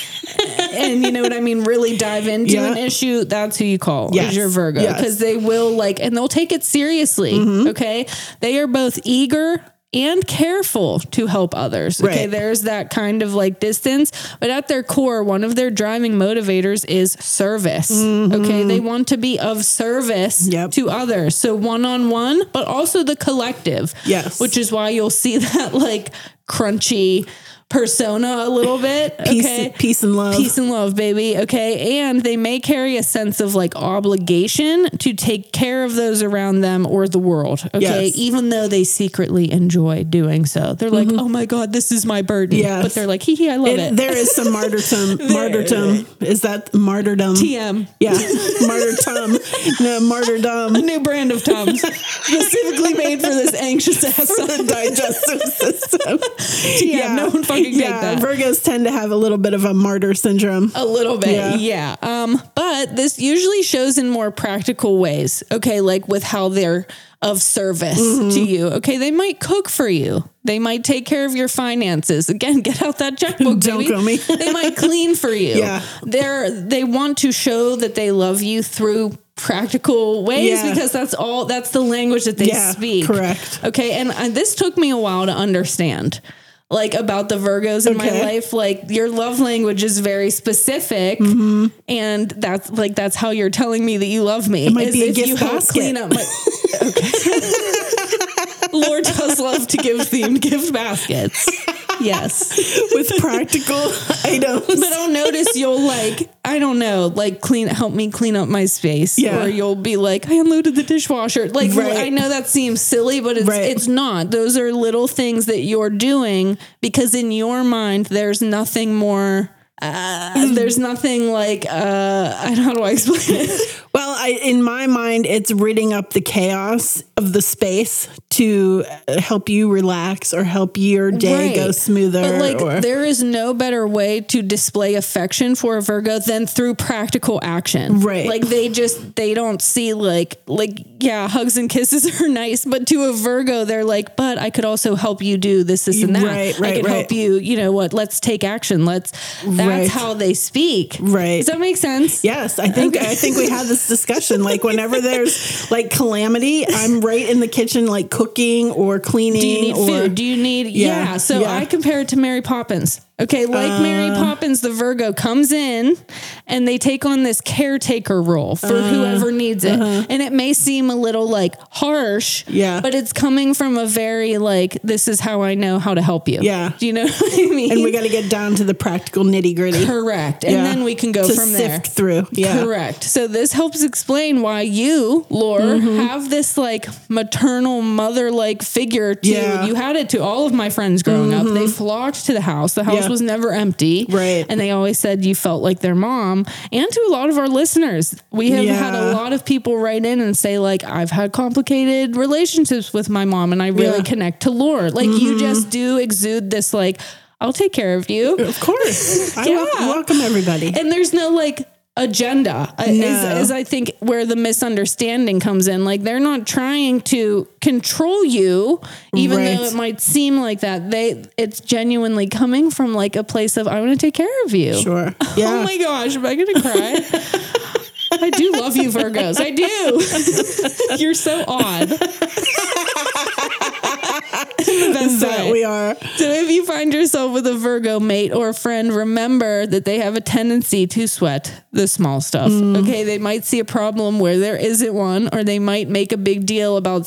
S1: and you know what I mean, really dive into
S2: Yeah.
S1: an issue, that's who you call
S2: Yes.
S1: is your Virgo.
S2: Yes. Mm-hmm.
S1: Because they will like and they'll take it seriously. Okay. They are both eager and careful to help others. Okay.
S2: Right.
S1: There's that kind of like distance. But at their core, one of their driving motivators is service. Okay. They want to be of service
S2: Mm-hmm. Yep.
S1: to others. So one on one, but also the collective.
S2: Yes.
S1: Which is why you'll see [LAUGHS] that like crunchy persona a little bit.
S2: peace
S1: okay.
S2: peace and love.
S1: Peace and love, baby. Okay. And they may carry a sense of like obligation to take care of those around them or the world. Okay.
S2: Yes.
S1: Even though they secretly enjoy doing so. They're like, oh my God, this is my burden.
S2: Mm-hmm. Yes.
S1: But they're like, hee hee, I love
S2: It-
S1: it.
S2: there is some
S1: [LAUGHS]
S2: martyrdom. martyrdom is that martyrdom?
S1: TM.
S2: Yeah, martyrdom. No,
S1: [LAUGHS]
S2: martyrdom. [LAUGHS]
S1: New brand of Tums specifically made for this anxious ass.
S2: The digestive
S1: [LAUGHS]
S2: system.
S1: TM. No one fucking take that.
S2: Virgos tend to have a little bit of a martyr
S1: [LAUGHS]
S2: syndrome.
S1: A little bit, yeah.
S2: Yeah.
S1: Um, but this usually shows in more practical ways. Okay, like with how they're of service
S2: Mm-hmm.
S1: to you. Okay, they might cook for you. They might take care of your finances. Again, [LAUGHS] get out that checkbook.
S2: Don't
S1: baby.
S2: go me.
S1: [LAUGHS] they might clean for you.
S2: Yeah.
S1: They're they want to show that they love you through practical ways
S2: Yeah.
S1: because that's all that's the language that they
S2: Yeah,
S1: speak.
S2: correct.
S1: [LAUGHS] Okay, and uh, this took me a while to understand. Like about the Virgos in my
S2: Okay.
S1: life, like your love language is very specific,
S2: Mm-hmm.
S1: and that's like that's how you're telling me that you love me. It
S2: might be a gift basket.
S1: up
S2: [LAUGHS]
S1: my. [LAUGHS] Okay. Lord does love to give themed
S2: [LAUGHS]
S1: gift baskets. Yes
S2: with
S1: [LAUGHS]
S2: practical items.
S1: but I'll notice you'll like I don't know, like clean help me clean up my space,
S2: Yeah.
S1: or you'll be like I unloaded the dishwasher. Like
S2: Right.
S1: I know that seems silly, but it's
S2: Right.
S1: it's not. Those are little things that you're doing because in your mind there's nothing more. Uh, there's nothing like uh, I how do I explain it?
S2: Well, I, in my mind, it's ridding up the chaos of the space to uh, help you relax or help your day
S1: Right.
S2: go smoother.
S1: But like,
S2: or,
S1: there is no better way to display affection for a Virgo than through practical action.
S2: Right.
S1: Like they just they don't see like like yeah, hugs and kisses [LAUGHS] are nice, but to a Virgo, they're like, but I could also help you do this, this, and that.
S2: Right,
S1: I
S2: right,
S1: could
S2: right.
S1: help you. You know what? Let's take action. Let's. That's
S2: Right.
S1: how they speak.
S2: Right.
S1: Does that make sense?
S2: yes, I think I think we had this discussion. Like whenever there's like calamity, I'm right in the kitchen, like cooking or cleaning.
S1: Do you need
S2: or,
S1: food? Do you need yeah?
S2: Yeah,
S1: so
S2: yeah. Uh.
S1: I compare it to Mary Poppins. Okay, like Mary Poppins, the Virgo comes in and they take on this caretaker role for
S2: Uh-huh.
S1: whoever needs it, and it may seem a little like harsh,
S2: Yeah.
S1: but it's coming from a very like this is how I know how to help you.
S2: Yeah.
S1: do you know [LAUGHS] what I mean?
S2: and we got to get down to the practical nitty gritty.
S1: Correct, and then we can go
S2: to
S1: from
S2: sift
S1: there.
S2: through. Yeah,
S1: Correct. So this helps explain why you, Lore,
S2: Mm-hmm.
S1: have this like maternal mother like figure to
S2: Yeah. Mm-hmm.
S1: you had it to all of my friends growing up. They flocked to the house. The house
S2: Yeah.
S1: was never empty.
S2: Right.
S1: And they always said you felt like their mom. um, and to a lot of our listeners. We have had
S2: Yeah.
S1: a lot of people write in and say, like, I've had complicated relationships with my mom and I really
S2: Yeah. Mm-hmm.
S1: connect to Lore. Like, you just do exude this, like, I'll take care of
S2: [LAUGHS]
S1: you.
S2: Of
S1: [LAUGHS]
S2: course. I wel-
S1: Yeah.
S2: welcome everybody.
S1: And there's no, like, agenda I- is, is i think where the misunderstanding comes in like they're not trying to control you even though
S2: Right.
S1: it might seem like that they it's genuinely coming from like a place of i want to take care of you
S2: Sure. Yeah.
S1: [LAUGHS] Oh my gosh, am I
S2: [LAUGHS]
S1: gonna cry? I do love you, Virgos. I do.
S2: [LAUGHS]
S1: You're so odd. [LAUGHS] In the best
S2: that
S1: way.
S2: we
S1: [LAUGHS]
S2: are.
S1: so if you find yourself with a Virgo mate or a friend, remember that they have a tendency to sweat the small stuff.
S2: Mm.
S1: Okay, they might see a problem where there isn't one, or they might make a big deal about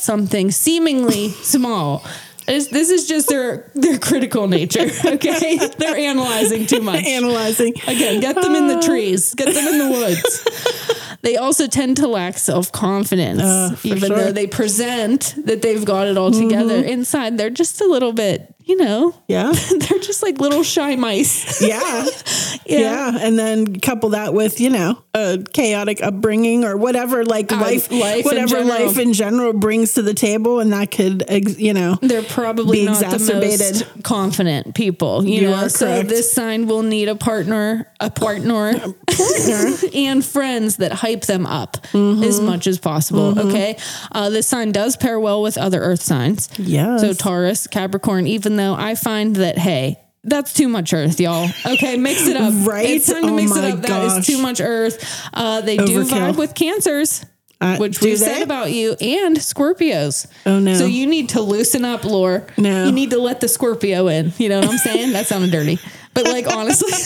S2: [LAUGHS]
S1: something seemingly small. It's- this is just their their
S2: [LAUGHS]
S1: critical nature. Okay, they're analyzing too much.
S2: Analyzing.
S1: Again, get them
S2: Ah.
S1: in the trees, get them in the woods.
S2: [LAUGHS]
S1: they also tend to lack self confidence,
S2: Uh, for
S1: even
S2: sure. Mm-hmm.
S1: though they present that they've got it all together. Inside, they're just a little bit, you know, [LAUGHS]
S2: Yeah.
S1: they're just like little shy mice.
S2: Yeah.
S1: Yeah.
S2: Yeah. And then couple that with, you know, a chaotic upbringing or whatever, like life,
S1: Uh, life in
S2: whatever
S1: general.
S2: life in general brings to the table. And that could, ex- you
S1: [LAUGHS]
S2: know,
S1: They're probably
S2: Be
S1: not the
S2: exacerbated.
S1: most confident people, you,
S2: You
S1: know.
S2: are
S1: So
S2: correct.
S1: this sign will need a partner, a partner,
S2: Mm-hmm.
S1: and friends that hype them up as much as possible.
S2: Mm-hmm.
S1: Okay, uh, this sign does pair well with other Earth signs.
S2: Yes.
S1: So Taurus, Capricorn, even though I find that, hey, that's too much earth, y'all. Okay, mix it up.
S2: [LAUGHS] Right?
S1: It's time to
S2: Oh
S1: mix it
S2: my
S1: up. That is
S2: gosh.
S1: too much earth. Uh, they do
S2: Overkill.
S1: vibe with cancers.
S2: Uh,
S1: which
S2: do
S1: we said
S2: they?
S1: about you and Scorpios.
S2: Oh, no.
S1: So you need to loosen up, Lore.
S2: No.
S1: You need to let the Scorpio in. You know what I'm saying? that sounded dirty. But like honestly,
S2: [LAUGHS]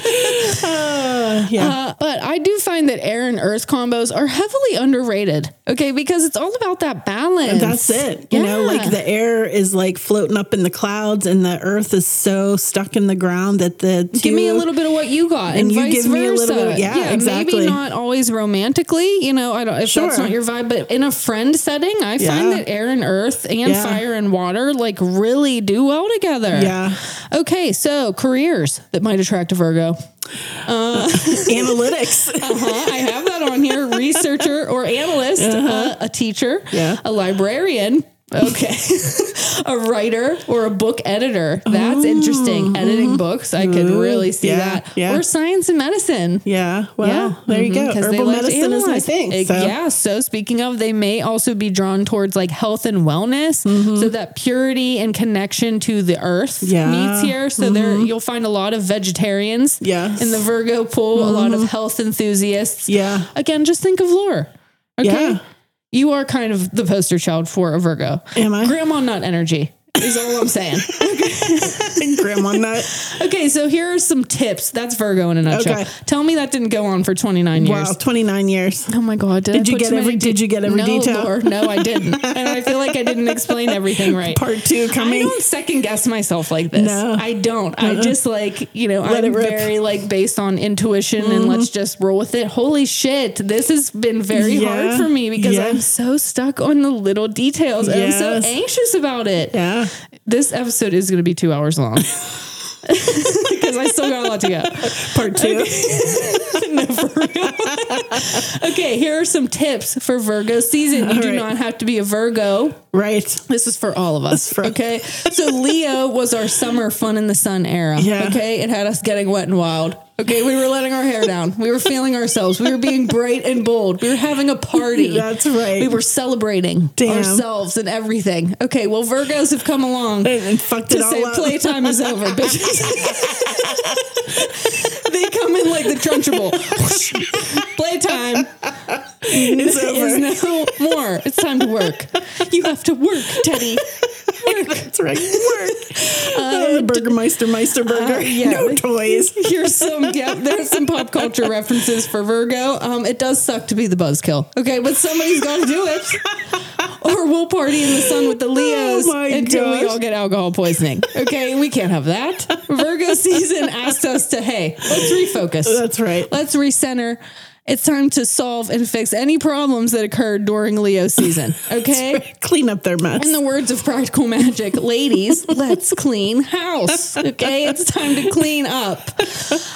S1: [LAUGHS]
S2: yeah.
S1: uh, but I do find that air and earth combos are heavily underrated. Okay, because it's all about that balance.
S2: that's it. You know, like the air is like floating up in the clouds and the earth is so stuck in the ground that the two,
S1: give me a little bit of what you got, and,
S2: And you
S1: vice
S2: give me a
S1: versa.
S2: little bit of- yeah,
S1: Maybe
S2: exactly.
S1: not always romantically, you know. I don't if that's
S2: Sure.
S1: not your vibe, but in a friend setting, I find
S2: Yeah.
S1: that air and earth and
S2: Yeah.
S1: fire and water like really do well together.
S2: Yeah.
S1: Okay, so careers that might attract a Virgo.
S2: [LAUGHS] analytics.
S1: [LAUGHS] Uh-huh, I have that on here. Researcher or analyst, uh, a teacher,
S2: Uh-huh. Yeah.
S1: a librarian. Okay. [LAUGHS] a writer or a book editor. That's interesting. Editing books. I could really see
S2: yeah,
S1: that.
S2: yeah.
S1: Or science and medicine.
S2: Yeah. Well, there you
S1: Mhm,
S2: go.
S1: 'cause they
S2: Herbal
S1: like to
S2: medicine is my
S1: analyze.
S2: thing.
S1: It-
S2: So.
S1: Yeah. So speaking of, they may also be drawn towards like health and wellness. So that purity and connection to the earth
S2: Mm-hmm. Yeah. Mm-hmm.
S1: meets here. So there you'll find a lot of vegetarians
S2: Yes. Mm-hmm.
S1: in the Virgo pool, a lot of health enthusiasts.
S2: Yeah.
S1: Again, just think of lore. Okay.
S2: Yeah.
S1: You are kind of the poster child for a Virgo.
S2: Am I?
S1: Grandma nut energy is all
S2: [LAUGHS]
S1: I'm saying.
S2: Grandma
S1: [LAUGHS]
S2: nut.
S1: okay, so here are some tips. That's Virgo in a nutshell.
S2: Okay.
S1: Tell me that didn't go on for 29 years.
S2: Wow. 29 years.
S1: Oh my god! Did, I
S2: you
S1: put
S2: get
S1: too many
S2: every- did you get every
S1: no,
S2: detail?
S1: Lord, no,
S2: [LAUGHS]
S1: I didn't, and I feel like I didn't explain everything right.
S2: Part two
S1: I
S2: coming.
S1: don't second guess myself like this.
S2: No. Uh-uh.
S1: I don't. I just like you know
S2: Let
S1: I'm
S2: it rip. Mm-hmm.
S1: very like based on intuition and let's just roll with it. Holy shit! This has been very hard
S2: Yeah.
S1: for me because
S2: Yeah.
S1: I'm so stuck on the little details and I'm
S2: Yes.
S1: so anxious about it.
S2: Yeah.
S1: This episode is going to be two
S2: [LAUGHS]
S1: hours long because I still got a lot to go.
S2: Part two.
S1: Okay, here are some tips for Virgo season. You do
S2: right.
S1: not have to be a Virgo.
S2: [LAUGHS] Right.
S1: This is for all of us.
S2: for-
S1: okay. So Leo was our summer fun in the sun era.
S2: Yeah.
S1: Okay. It had us getting wet and wild. Okay. We were letting our hair down. We were feeling ourselves. We were being bright and bold. We were having a party.
S2: That's right.
S1: We were celebrating
S2: Damn.
S1: ourselves and everything. Okay. Well, Virgos have come along
S2: and, and fucked it
S1: to
S2: all
S1: say
S2: up.
S1: playtime is over,
S2: [LAUGHS]
S1: bitches. they come in like the Trunchable. playtime
S2: It's
S1: is
S2: over.
S1: no more. It's time to work. You have to work, Teddy.
S2: That's right. [LAUGHS] Work. uh, Oh, the Burgermeister Meister Burger.
S1: yeah.
S2: No [LAUGHS] toys.
S1: Here's some yeah, there's some pop culture references for Virgo. Um, it does suck to be the buzzkill. Okay, but somebody's gotta do it. Or we'll party in the sun with the Leos
S2: Oh my
S1: until we
S2: gosh.
S1: all get alcohol poisoning. Okay, we can't have that. Virgo season asked us to hey, let's refocus.
S2: That's right.
S1: Let's recenter. It's time to solve and fix any problems that occurred during Leo
S2: [LAUGHS]
S1: season. Okay.
S2: Clean up their mess.
S1: In the words of Practical Magic, ladies, let's
S2: [LAUGHS]
S1: clean house. Okay, it's time to clean up.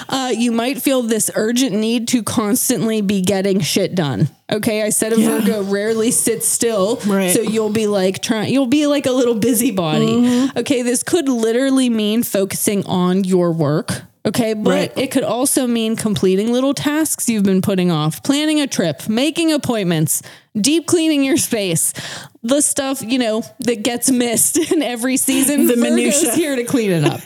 S1: Uh, you might feel this urgent need to constantly be getting shit done. Okay, I said a
S2: Yeah.
S1: Virgo rarely sits still,
S2: Right.
S1: so you'll be like trying. You'll be like a little busybody.
S2: Mm-hmm.
S1: Okay, this could literally mean focusing on your work. Okay, but
S2: Right.
S1: it could also mean completing little tasks you've been putting off, planning a trip, making appointments, deep cleaning your space. The stuff, you know, that gets missed [LAUGHS] in every season.
S2: The
S1: Virgo's
S2: minutia.
S1: here to
S2: [LAUGHS]
S1: clean it up.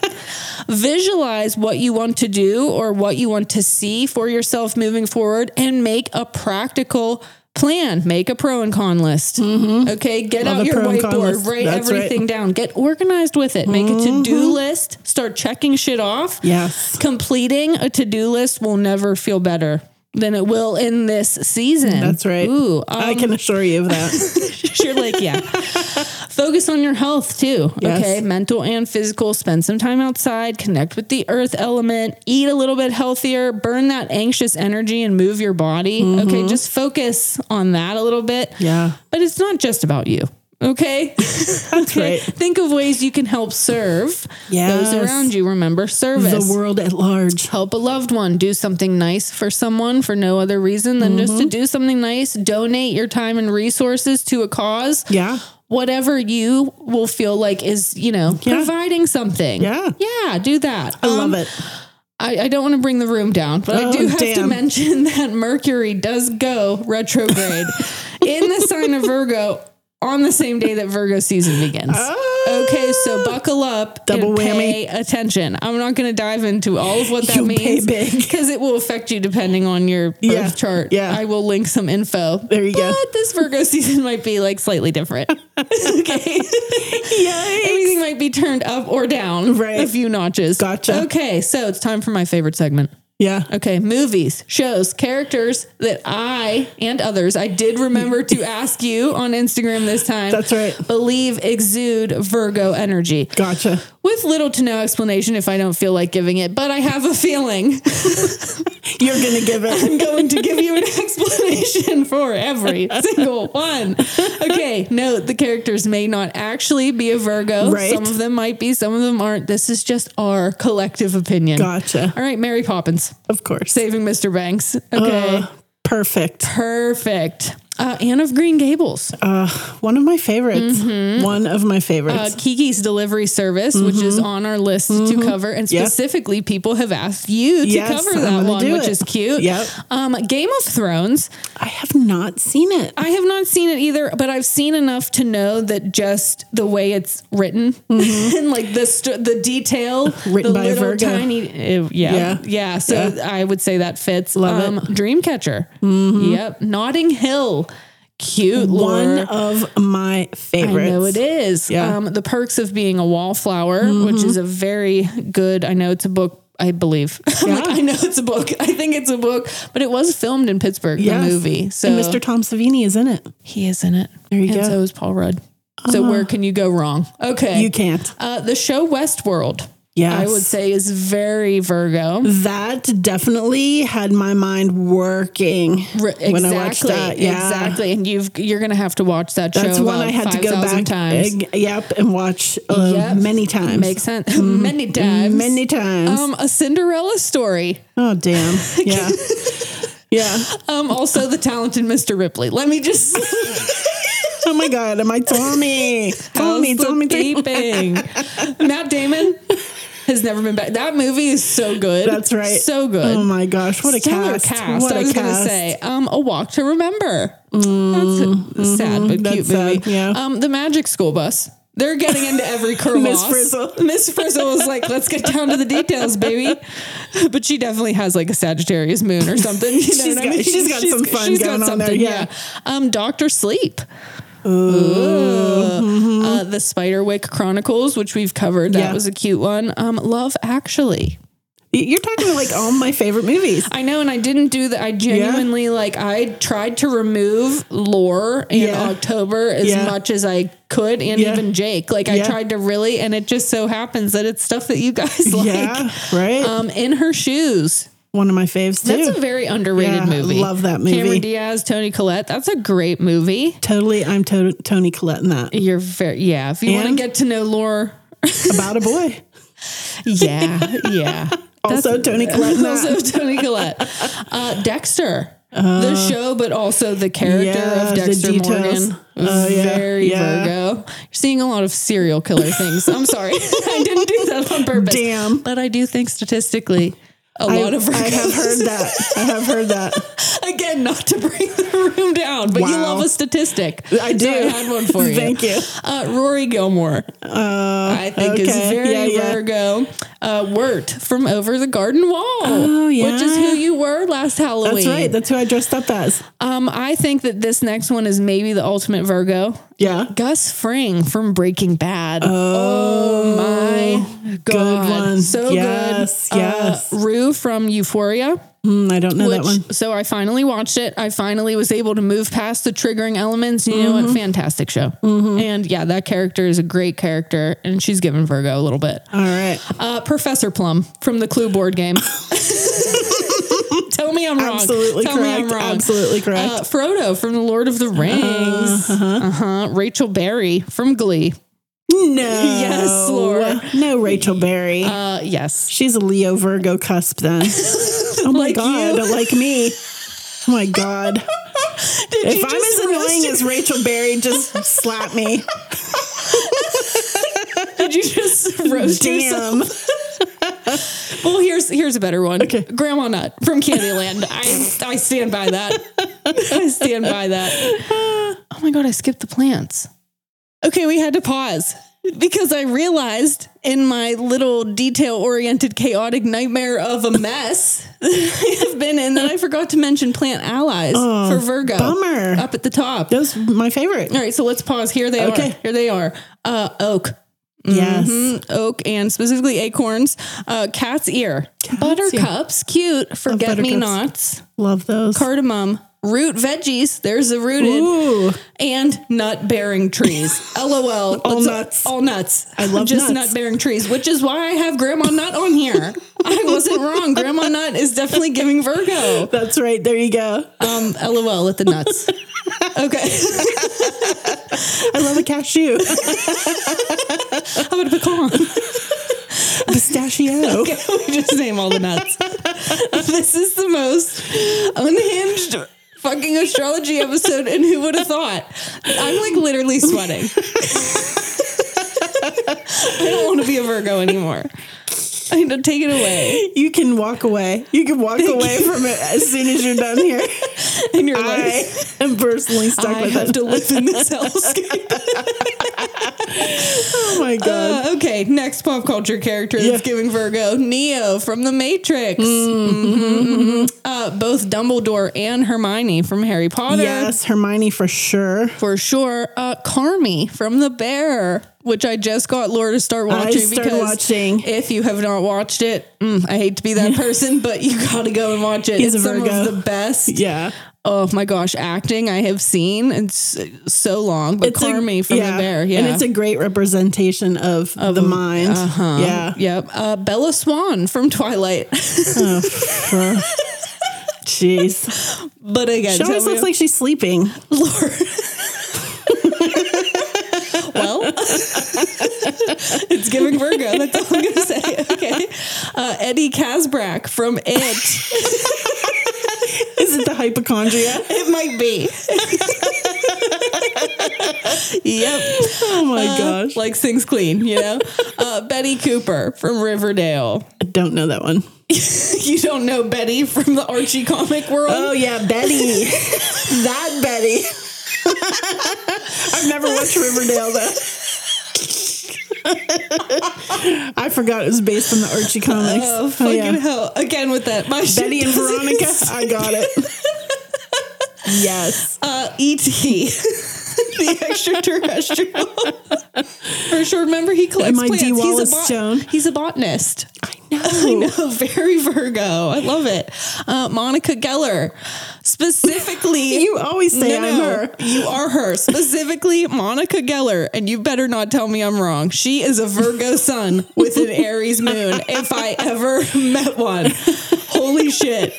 S1: Visualize what you want to do or what you want to see for yourself moving forward and make a practical plan. Make a pro and con list. Okay, get
S2: Mm-hmm. Love
S1: out
S2: a
S1: your
S2: pro and con list.
S1: whiteboard, write
S2: That's right. Mm-hmm.
S1: everything down, get organized with it, make a to do list, start checking shit off.
S2: Yes.
S1: Completing a to do list will never feel better than it will in this season.
S2: That's right.
S1: Ooh,
S2: I can assure you of [LAUGHS] that.
S1: you're like, yeah. Focus on your health too.
S2: Yes.
S1: Okay. Mental and physical. Spend some time outside, connect with the earth element, eat a little bit healthier, burn that anxious energy and move your body. Okay. Just focus on that a little bit.
S2: Mm-hmm. Yeah.
S1: But it's not just about you. Okay.
S2: [LAUGHS] That's
S1: okay?
S2: right.
S1: [LAUGHS] Think of ways you can help serve
S2: Yes.
S1: those around you. Remember service
S2: The world at large.
S1: help a loved one, do something nice for someone for no other reason than just to
S2: Mm-hmm.
S1: do something nice, donate your time and resources to a cause.
S2: Yeah.
S1: Whatever you will feel like is, you know,
S2: Yeah.
S1: providing something.
S2: Yeah.
S1: Yeah, do that.
S2: I love it.
S1: I, I don't want to bring the room down, but I
S2: Oh,
S1: do have to
S2: damn.
S1: mention [LAUGHS] that Mercury does go
S2: [LAUGHS]
S1: retrograde in the sign of Virgo on the same day that Virgo season begins. Okay, so buckle up.
S2: Oh. Double
S1: and Pay attention. I'm not going to dive into all of what that
S2: You pay
S1: means
S2: big.
S1: because it will affect you depending on your birth
S2: Yeah,
S1: chart.
S2: yeah.
S1: I will link some info.
S2: There you go.
S1: But this Virgo [LAUGHS] season might be like
S2: [LAUGHS]
S1: slightly different. okay.
S2: Yay.
S1: Everything might be turned up or down
S2: Right.
S1: a few notches.
S2: Gotcha.
S1: Okay, so it's time for my favorite segment.
S2: Yeah.
S1: Okay, movies, shows, characters that I and others I did
S2: [LAUGHS]
S1: remember to ask you on Instagram this time.
S2: That's right.
S1: Believe exude Virgo energy.
S2: Gotcha.
S1: With little to no explanation if I don't feel like giving it, but I have a feeling [LAUGHS]
S2: You're going to give it.
S1: I'm going to give you an explanation for every
S2: [LAUGHS]
S1: single one. Okay, note the characters may not actually be a Virgo.
S2: Right.
S1: Some of them might be, some of them aren't. This is just our collective
S2: [LAUGHS]
S1: opinion.
S2: Gotcha.
S1: All right, Mary Poppins,
S2: Of course.
S1: saving Mr. Banks. Okay.
S2: Uh, perfect.
S1: Perfect. Uh, Anne of Green Gables, uh,
S2: One of my favorites. One of my favorites.
S1: Kiki's Delivery Service, which
S2: Mm-hmm.
S1: is on our list to cover, and
S2: Yep.
S1: specifically people have asked you to
S2: Yes,
S1: cover
S2: I'm
S1: that
S2: gonna
S1: one,
S2: do
S1: which
S2: it.
S1: is cute.
S2: Yep.
S1: Um, Game of Thrones.
S2: I have not seen it.
S1: I have not seen it either, but I've seen enough to know that just the way it's written and [LAUGHS] like the st- the detail,
S2: Mm-hmm. Written
S1: the
S2: by a
S1: little
S2: Virgo.
S1: tiny, uh, yeah,
S2: Yeah.
S1: yeah, So I would say that fits. Um,
S2: Love Mm-hmm.
S1: Dreamcatcher, yep, Notting Hill, cute
S2: One
S1: lore.
S2: of my favorites.
S1: I know it is.
S2: Yeah. Mm-hmm.
S1: Um, the Perks of Being a Wallflower, which is a very good, I know it's a book, I believe. [LAUGHS] I'm like,
S2: Yeah.
S1: I know it's a book. I think it's a book, but it was filmed in Pittsburgh,
S2: Yes.
S1: the movie. So
S2: And Mr. Tom Savini is in it.
S1: he is in it.
S2: There you
S1: and
S2: go.
S1: so is Paul Rudd. So where can you go wrong? Okay.
S2: Uh-huh. You can't.
S1: uh, the show Westworld,
S2: Yes.
S1: I would say, is very Virgo.
S2: That definitely had my mind working
S1: R-
S2: when I watched that. Yeah.
S1: Exactly. And you've you're gonna have to watch that show.
S2: That's one
S1: about
S2: I had to go
S1: 5,000
S2: back.
S1: times.
S2: ag- yep, and watch uh,
S1: Yep.
S2: many times. Mm,
S1: Makes sense. [LAUGHS] many times.
S2: Mm-hmm. many times.
S1: Um, a Cinderella story.
S2: oh
S1: [LAUGHS]
S2: damn! Yeah, yeah.
S1: Um, also the talented Mr. Ripley. Let
S2: [LAUGHS]
S1: me just
S2: Oh my god! Am I
S1: [LAUGHS]
S2: Tommy? Tommy,
S1: How's the
S2: Tommy, Tommy.
S1: peeping?
S2: [LAUGHS]
S1: Matt Damon has never been back. That movie is so good.
S2: That's right.
S1: So good.
S2: Oh my gosh! What a
S1: Stellar
S2: cast! What
S1: I
S2: a
S1: was gonna
S2: cast!
S1: say, um, a walk to remember. that's a sad but
S2: Mm-hmm.
S1: cute
S2: that's
S1: movie.
S2: sad, yeah.
S1: Um, the Magic School Bus. They're getting into
S2: [LAUGHS]
S1: every curl.
S2: Miss Frizzle.
S1: [LAUGHS] Miss Frizzle was like, "Let's get down to the details, baby." [LAUGHS] But she definitely has like a Sagittarius moon or something.
S2: [LAUGHS]
S1: You know
S2: She's
S1: what I
S2: got-
S1: mean?
S2: she's got some fun going on there, yeah.
S1: Um, Doctor Sleep. Ooh. Uh, the Spiderwick Chronicles, which we've covered. That
S2: Mm-hmm. Yeah.
S1: was a cute one. Um, Love Actually.
S2: Y- You're talking like all my favorite movies.
S1: I know, and I didn't do that. I genuinely like I tried to remove lore in
S2: Yeah.
S1: October as
S2: Yeah.
S1: much as I could, and
S2: Yeah.
S1: even Jake. Like I
S2: Yeah.
S1: tried to really, [LAUGHS] and it just so happens that it's stuff that you guys [LAUGHS] like.
S2: yeah, right.
S1: Um, in her shoes.
S2: one of my faves too.
S1: That's a very underrated
S2: Yeah, I
S1: movie.
S2: love that movie.
S1: Cameron Diaz, Tony Collette. That's a great movie.
S2: totally, I'm to- Tony Collette in
S1: [LAUGHS]
S2: that.
S1: You're very yeah. If you want to
S2: And-
S1: get to know Lore,
S2: About a
S1: [LAUGHS]
S2: boy.
S1: yeah, yeah.
S2: Also, Tony Collette
S1: [LAUGHS]
S2: in that.
S1: also Tony Collette, uh, Dexter, the show, but also the character
S2: Uh, yeah,
S1: of
S2: the
S1: Dexter
S2: details.
S1: Morgan. Mm,
S2: Oh, yeah,
S1: Very
S2: yeah.
S1: Virgo. You're seeing a lot of serial killer things. I'm sorry, [LAUGHS] I didn't do that on purpose.
S2: Damn.
S1: but I do think statistically. A
S2: I,
S1: lot of Virgos.
S2: I have heard that. I have heard that.
S1: [LAUGHS] Again, not to bring the room down, but you
S2: Wow.
S1: love a statistic.
S2: I do.
S1: So I had
S2: [LAUGHS]
S1: one for you.
S2: Thank you.
S1: Uh, Rory Gilmore,
S2: Uh,
S1: I think, is
S2: okay.
S1: very
S2: Yeah, yeah.
S1: Virgo. Uh, Wirt from Over the Garden Wall, oh,
S2: yeah.
S1: which is who you were last Halloween.
S2: that's right. That's who I dressed up as.
S1: Um, I think that this next one is maybe the ultimate Virgo.
S2: Yeah.
S1: Gus Fring from Breaking Bad. Oh, my god,
S2: one.
S1: so
S2: Yes,
S1: good.
S2: yes.
S1: uh, Rue from Euphoria.
S2: Mm, I don't know that one.
S1: Which, so I finally watched it. I finally was able to move past the triggering elements. You know
S2: Mm-hmm.
S1: what? Fantastic show. And yeah, that character is a great character, and she's giving Virgo a little bit.
S2: All
S1: [LAUGHS]
S2: right.
S1: Uh, Professor Plum from the Clue board
S2: [LAUGHS]
S1: game. [LAUGHS] Tell me I'm wrong.
S2: Absolutely
S1: Tell Me I'm
S2: correct.
S1: wrong.
S2: Absolutely correct.
S1: Uh, Frodo from the Lord of the Rings. Uh-huh. Rachel Berry from Glee.
S2: No.
S1: Yes, Laura.
S2: No, Rachel Berry.
S1: Uh, yes.
S2: She's a Leo Virgo cusp then.
S1: [LAUGHS]
S2: oh my
S1: Like
S2: god, like me. Oh my
S1: [LAUGHS]
S2: god.
S1: Did
S2: If
S1: you
S2: I'm
S1: just
S2: as annoying
S1: roast-
S2: as Rachel Berry, just [LAUGHS] slap me.
S1: did you [LAUGHS] just roast yourself?
S2: Damn.
S1: Well, here's here's a better one.
S2: Okay.
S1: Grandma Nut from [LAUGHS] Candyland. I I stand by that. I stand by that. Oh my god, I skipped the plants. Okay, we had to pause because I realized in my little detail-oriented chaotic nightmare of a mess [LAUGHS] that I've been in that I forgot to mention plant allies for Virgo.
S2: bummer.
S1: Up at the top.
S2: That was my favorite.
S1: All right, so let's pause. Here they are.
S2: Okay.
S1: Here they are. Uh, oak.
S2: Yes.
S1: Mhm, oak and specifically acorns, uh, cat's ear, buttercups, cute, forget me nots,
S2: Love those.
S1: cardamom, root veggies. There's the rooted
S2: Ooh.
S1: and nut
S2: [LAUGHS]
S1: bearing trees.
S2: All
S1: LOL. Let's-
S2: nuts.
S1: All nuts. I
S2: love
S1: just
S2: nuts.
S1: nut bearing trees, which is why I have Grandma Nut on
S2: [LAUGHS]
S1: here. I wasn't wrong. Grandma Nut is definitely giving Virgo.
S2: That's right. There you go.
S1: Um, LOL at the nuts.
S2: [LAUGHS]
S1: Okay.
S2: I love a cashew.
S1: How about a pecan?
S2: [LAUGHS] Pistachio.
S1: [LAUGHS] Okay, we just name all the nuts. [LAUGHS] this is the most unhinged fucking astrology episode, and who would have thought? I'm like literally sweating. [LAUGHS] I don't want to be a Virgo anymore. I need to take it away
S2: You can walk away. You can walk away from it as soon as you're done [LAUGHS] here.
S1: in your life.
S2: I am personally stuck
S1: I
S2: with
S1: have
S2: it.
S1: to live in [LAUGHS] this hellscape.
S2: Oh my god.
S1: Uh, okay, next pop culture character that's
S2: Yeah.
S1: giving Virgo Neo from The Matrix. Mhm, mhm. Uh, both Dumbledore and Hermione from Harry Potter.
S2: yes, Hermione for sure.
S1: For sure. Uh, Carmi from The Bear, which I just got Laura to start watching.
S2: started watching.
S1: If you have not watched it, mm, I hate to be that person, but you [LAUGHS] got to go and watch it.
S2: He's a
S1: it's some
S2: Virgo.
S1: of the best.
S2: Yeah.
S1: Oh my gosh, acting I have seen in s- so long. But
S2: a-
S1: Carmi from The Bear, yeah.
S2: And it's a great representation of, the mind. Uh-huh. Yeah.
S1: Yep. Uh, Bella Swan from Twilight. [LAUGHS]
S2: Oh, Well, [LAUGHS] Jeez.
S1: but again,
S2: She
S1: tell
S2: always
S1: me-
S2: looks like she's sleeping.
S1: well, it's giving
S2: [LAUGHS]
S1: Virgo. That's all I'm going to say. [LAUGHS] Okay. Uh, Eddie Kasbrack from It.
S2: Is it the hypochondria?
S1: It might be. yep.
S2: Oh my gosh.
S1: Like things clean, you know? Uh, Betty Cooper from Riverdale. [LAUGHS]
S2: I don't know that one.
S1: You don't know Betty from the Archie comic world.
S2: Oh yeah, [LAUGHS] Betty. that Betty. I've never watched Riverdale though. I forgot it was based on the Archie comics.
S1: Oh,
S2: Oh,
S1: fucking hell. Again with that. My shit [LAUGHS]
S2: Betty and
S1: doesn't-
S2: Veronica. I got it. Yes.
S1: Uh, E.T. [LAUGHS] the extraterrestrial. For sure. Remember, he collects
S2: Am I D.
S1: plants.
S2: Wallace
S1: he's, a bot-
S2: Stone?
S1: he's a botanist. I know. [LAUGHS] I know. Very Virgo. I love it. Uh, Monica Geller. Specifically.
S2: [LAUGHS] You always say
S1: No,
S2: I'm
S1: no.
S2: her.
S1: [LAUGHS] You are her. Specifically, Monica Geller. And you better not tell me I'm wrong. She is a [LAUGHS] Virgo sun with an Aries moon, if I ever met one. Holy Holy shit.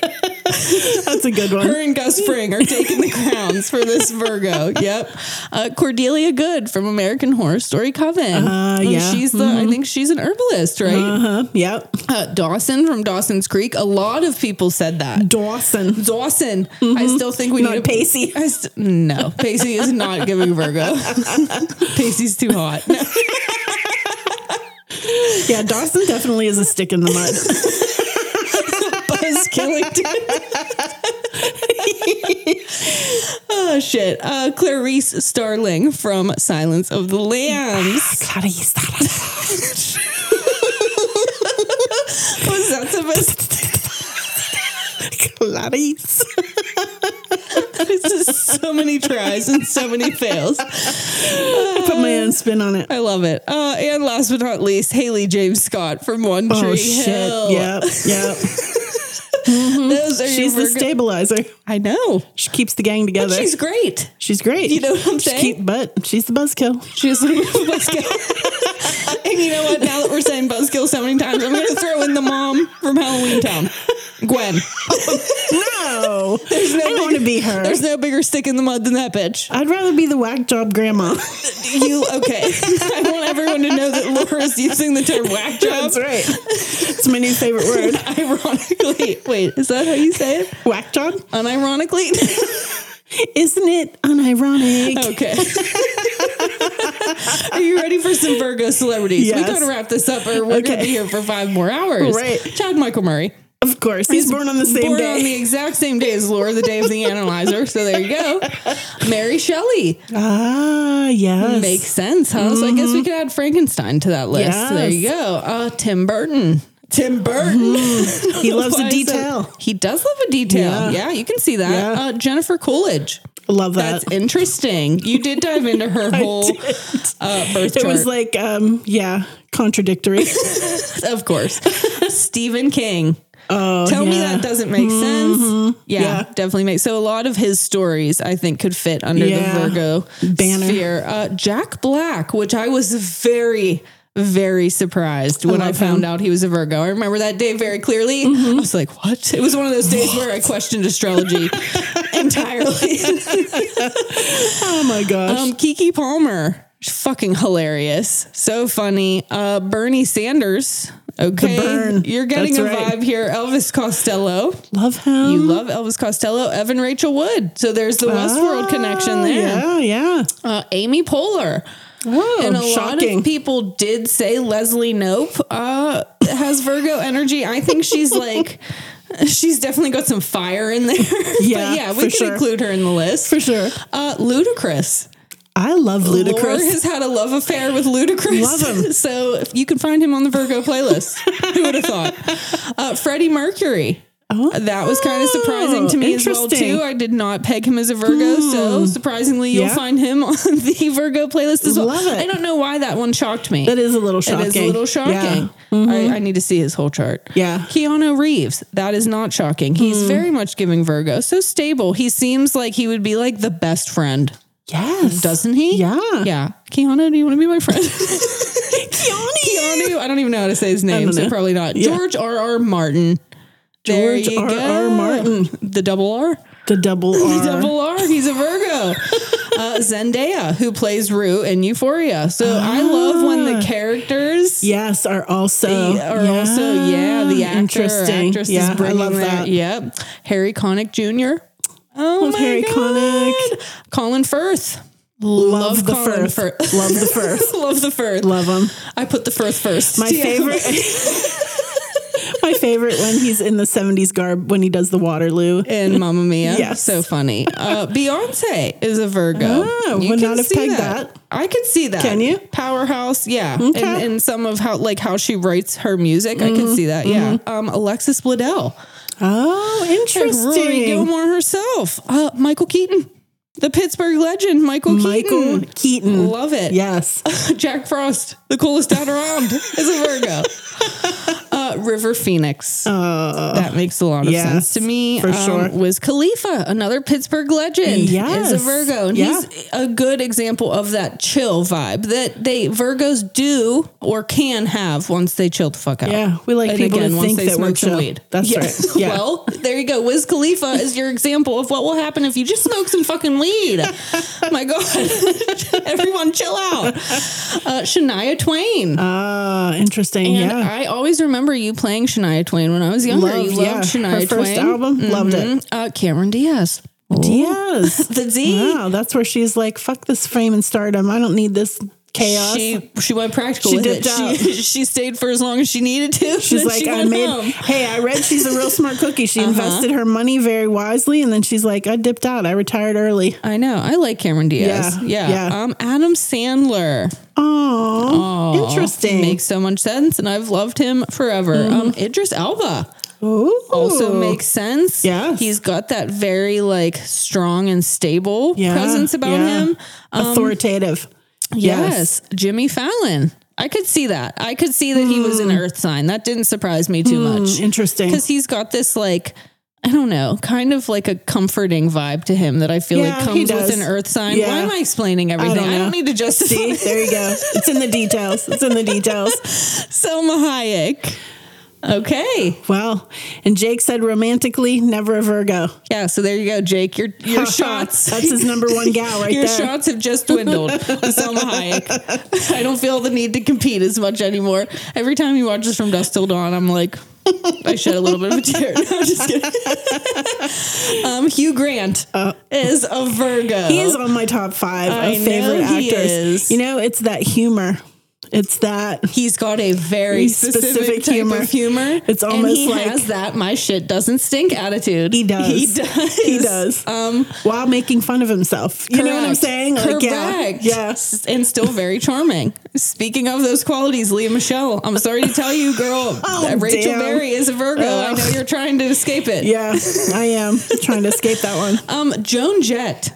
S2: That's a good
S1: Her
S2: one.
S1: and Gus Fring are taking the crowns for this Virgo. Yep. Uh, Cordelia Good from American Horror Story Coven.
S2: Uh, yeah.
S1: She's the, I think she's an herbalist, right?
S2: Uh huh. Yep.
S1: Uh, Dawson from Dawson's Creek. A lot of people said that.
S2: Dawson.
S1: Dawson. I still think we
S2: Not
S1: need a
S2: Pacey.
S1: I st- no, Pacey is not
S2: [LAUGHS]
S1: giving Virgo. Pacey's too hot. No.
S2: Yeah, Dawson definitely is a stick in the mud.
S1: Buzz [LAUGHS] Killington. oh shit! Uh, Clarice Starling from Silence of the Lambs.
S2: [LAUGHS] Clarice.
S1: [LAUGHS] Was that supposed?
S2: Clarice.
S1: [LAUGHS] This is so many tries and so many fails.
S2: I put my own spin on it.
S1: I love it. Uh, and last but not least, Haley James Scott from One Tree
S2: Oh shit.
S1: Hill.
S2: Yep.
S1: [LAUGHS]
S2: Yep.
S1: Those are your
S2: She's the
S1: Virgo-
S2: stabilizer.
S1: I know.
S2: She keeps the gang together.
S1: She's
S2: She's,
S1: great.
S2: great.
S1: You know what I'm
S2: She
S1: saying?
S2: keep- but she's the buzzkill.
S1: She's buzzkill. [LAUGHS] and you know what? Now that we're saying buzzkill so many times, I'm going to throw in the mom from Halloween Town, Gwen.
S2: No,
S1: There's [LAUGHS] no
S2: I don't want to be her.
S1: There's no bigger stick in the mud than that bitch.
S2: I'd rather be the whack job grandma.
S1: You okay? [LAUGHS] I want everyone to know that Laura's using the term whack
S2: [LAUGHS]
S1: job.
S2: That's right. It's my new favorite
S1: [LAUGHS]
S2: word.
S1: Ironically, wait, is that how you say it?
S2: Whack job?
S1: Unironically?
S2: [LAUGHS] Isn't it unironic?
S1: Okay. Are you ready for some Virgo celebrities? We
S2: Yes.
S1: gotta wrap this up, or we're gonna
S2: Okay.
S1: be here for five more hours.
S2: Right.
S1: Chad Michael Murray.
S2: Of course. He's born on the same
S1: Oh. born
S2: day.
S1: on the exact same day as Laura, the day
S2: [LAUGHS]
S1: of the analyzer. So there you go. Mary Shelley
S2: ah, yes. Mm-hmm.
S1: makes sense, huh? So I guess we could add Frankenstein to that list. So there
S2: Yes.
S1: you go. Uh, Tim Burton. Tim Burton.
S2: [LAUGHS] he loves
S1: Why
S2: a
S1: is it-
S2: detail.
S1: He does love a detail.
S2: Yeah.
S1: Yeah, you can see that.
S2: Yeah.
S1: Uh, Jennifer Coolidge.
S2: Love that.
S1: That's interesting. You did dive into
S2: [LAUGHS]
S1: her whole
S2: did.
S1: uh, birth
S2: It
S1: chart.
S2: was like, um, yeah,
S1: [LAUGHS]
S2: contradictory. [LAUGHS]
S1: of course. Stephen King.
S2: Oh,
S1: Tell me
S2: yeah. Mm-hmm.
S1: that doesn't make sense. Yeah,
S2: Yeah.
S1: definitely makes. So a lot of his stories, I think, could fit under
S2: Yeah.
S1: the Virgo
S2: Banner.
S1: sphere. Uh, Jack Black, which I was very, very surprised when I,
S2: love Mm-hmm.
S1: found out he was a Virgo. I remember that day very clearly. I was like, "What?" It was one of those days where I questioned astrology
S2: [LAUGHS]
S1: entirely. [LAUGHS]
S2: Oh my gosh.
S1: Um, Kiki Palmer, fucking hilarious, so funny. Uh, Bernie Sanders, okay,
S2: burn.
S1: you're getting
S2: That's
S1: a
S2: right. Mm-hmm.
S1: vibe here. Elvis Costello,
S2: love him.
S1: you love Elvis Costello. Evan Rachel Wood, so there's the Westworld connection there.
S2: Ah, Yeah, yeah.
S1: Uh, Amy Poehler.
S2: Oh,
S1: and a lot
S2: shocking.
S1: of people did say Leslie Nope uh, has Virgo energy. I
S2: [LAUGHS]
S1: think she's like, she's definitely got some fire in there. [LAUGHS]
S2: Yeah,
S1: but yeah, we
S2: for
S1: can
S2: sure.
S1: include her in the list
S2: For sure.
S1: Uh, Ludacris.
S2: I love
S1: Laura
S2: Ludacris.
S1: has had a love affair with Ludacris.
S2: Love him.
S1: [LAUGHS] So if you can find him on the Virgo playlist. Who would have thought? Uh, Freddie Mercury.
S2: Oh,
S1: That was kind of surprising to me as well
S2: interesting. Hmm.
S1: too. I did not peg him as a Virgo, so surprisingly, you'll
S2: Yeah.
S1: find him [LAUGHS] on the Virgo playlist as well.
S2: Love it.
S1: I don't know why that one shocked me.
S2: That is a little
S1: It
S2: shocking.
S1: is a little shocking.
S2: Yeah. Mm-hmm.
S1: I, I need to see his whole chart.
S2: Yeah. Hmm.
S1: Keanu Reeves, that is not shocking. He's very much giving Virgo. So stable. He seems like he would be like the best friend
S2: Yes.
S1: doesn't he?
S2: Yeah.
S1: Yeah. Keanu, do you want to be my friend? [LAUGHS] Keanu, I don't even know how to say his name,
S2: don't
S1: so
S2: know.
S1: probably not.
S2: Yeah.
S1: George R. R. Martin. There
S2: George
S1: you
S2: R.
S1: go.
S2: R. Martin.
S1: The double R?
S2: The double R.
S1: Double R. He's
S2: [LAUGHS]
S1: a Virgo. uh, Zendaya, who plays Rue in Euphoria. So I love when
S2: Ah.
S1: the characters
S2: Yes, are also
S1: are also, yeah, the actor Or actress
S2: yeah,
S1: is bringing
S2: I love
S1: their-
S2: that.
S1: Yep. Harry Connick Jr. Oh,
S2: Love
S1: my
S2: Harry
S1: God.
S2: Connick.
S1: Colin Firth. [LAUGHS]
S2: Love, the
S1: Colin
S2: Firth.
S1: Firth.
S2: Love the Firth.
S1: Love the Firth.
S2: Love him.
S1: I put the Firth first. [LAUGHS]
S2: My favorite. my favorite when he's in the '70s garb when he does the Waterloo. [LAUGHS]
S1: And Mamma Mia.
S2: Yes.
S1: So funny. Uh, Beyonce is a Virgo.
S2: Oh, would
S1: can
S2: not have
S1: see
S2: pegged that.
S1: I could see that.
S2: Can you?
S1: Powerhouse, yeah. And, and some of how like how she writes her music. I
S2: Mm-hmm.
S1: could see that. Yeah. Um, Alexis Bledel.
S2: Oh,
S1: Rory
S2: interesting.
S1: Gilmore herself. Uh, Michael Keaton. The Pittsburgh legend, Michael Keaton.
S2: Michael Keaton.
S1: Love it.
S2: Yes.
S1: [LAUGHS]
S2: [LAUGHS]
S1: Jack Frost, the coolest dad around, is a Virgo. Uh, River Phoenix. that makes a lot of
S2: Oh. yes,
S1: sense to me.
S2: for sure.
S1: Was Khalifa, another Pittsburgh legend,
S2: Yes.
S1: is a Virgo, and
S2: Yeah.
S1: he's a good example of that chill vibe that they Virgos do or can have once they chill the fuck out.
S2: Yeah, we like
S1: And
S2: people to
S1: again, once
S2: think
S1: they
S2: that we're
S1: smoke some
S2: chill.
S1: weed.
S2: That's right.
S1: [LAUGHS]
S2: Yeah.
S1: well, there you go. Wiz Khalifa is your example of what will happen if you just smoke some
S2: [LAUGHS]
S1: fucking weed. My God, [LAUGHS] everyone, chill out. Uh, Shania Twain.
S2: Ah, interesting.
S1: And
S2: yeah.
S1: I always remember you playing Shania Twain when I was younger. you loved Shania
S2: Her first
S1: Twain.
S2: album, loved it.
S1: Uh, Cameron Diaz.
S2: Yes.
S1: [LAUGHS] The Z.
S2: wow, that's where she's like, fuck this fame and stardom. I don't need this chaos.
S1: She she went practical
S2: She
S1: with it.
S2: dipped out.
S1: She, [LAUGHS] she stayed for as long as she needed to.
S2: She's
S1: then
S2: like,
S1: [LAUGHS] she
S2: I
S1: went
S2: made.
S1: home. Uh-huh.
S2: Hey, I read she's a real smart cookie.
S1: [LAUGHS]
S2: She invested her money very wisely, and then she's like, I dipped out. I retired early.
S1: I know. I like Cameron Diaz.
S2: Yeah,
S1: Yeah.
S2: yeah.
S1: Um, Adam Sandler.
S2: Oh, interesting. Mm-hmm.
S1: Makes so much sense, and I've loved him forever. Um, Idris Elba
S2: Ooh.
S1: also makes sense.
S2: Yes.
S1: He's got that very like strong and stable
S2: Yeah,
S1: presence about
S2: yeah.
S1: him. Um,
S2: authoritative.
S1: Yes. Jimmy Fallon. I could see that. I could see that he was
S2: Mm.
S1: an earth sign. That didn't surprise me too much.
S2: Interesting.
S1: Because he's got this like I don't know, kind of like a comforting vibe to him that I feel
S2: Yeah,
S1: like
S2: he
S1: comes with
S2: does.
S1: an earth sign.
S2: Yeah.
S1: Why am I explaining everything? I don't,
S2: know.
S1: need
S2: [LAUGHS]
S1: to justify [LAUGHS]
S2: See, there you go. It's in the details. It's in the details.
S1: Selma Hayek. Okay.
S2: Wow. And Jake said romantically, never a Virgo.
S1: Yeah, so there you go, Jake. Your
S2: [LAUGHS]
S1: your shots.
S2: That's his number one gal right
S1: Your
S2: there.
S1: shots have just dwindled [LAUGHS] with
S2: [LAUGHS]
S1: Selma Hayek. I don't feel the need to compete as much anymore. Every time he watches From Dusk Till Dawn, I'm like, I shed a little bit of a tear. [LAUGHS] No, I'm just kidding. [LAUGHS] um, Hugh Grant is a Virgo.
S2: Uh. He is on my top five
S1: I
S2: of favorite
S1: know he
S2: actors.
S1: is.
S2: You know, it's that humor. It's that
S1: He's got a very specific,
S2: specific
S1: type
S2: humor.
S1: of humor.
S2: It's
S1: and
S2: almost
S1: he
S2: like-
S1: has that my shit doesn't stink attitude.
S2: he does.
S1: He does.
S2: He does.
S1: Um,
S2: while making fun of himself. You know what I'm
S1: Correct.
S2: saying? Like, yeah.
S1: Correct.
S2: Yes.
S1: And
S2: [LAUGHS]
S1: still very charming. Speaking of those qualities, Leah Michelle, I'm sorry to tell
S2: [LAUGHS]
S1: you, girl, that Rachel
S2: Oh, damn.
S1: Berry is a Virgo. I know you're trying to escape it.
S2: Yeah, I am trying to escape that one.
S1: [LAUGHS] Um, Joan Jett.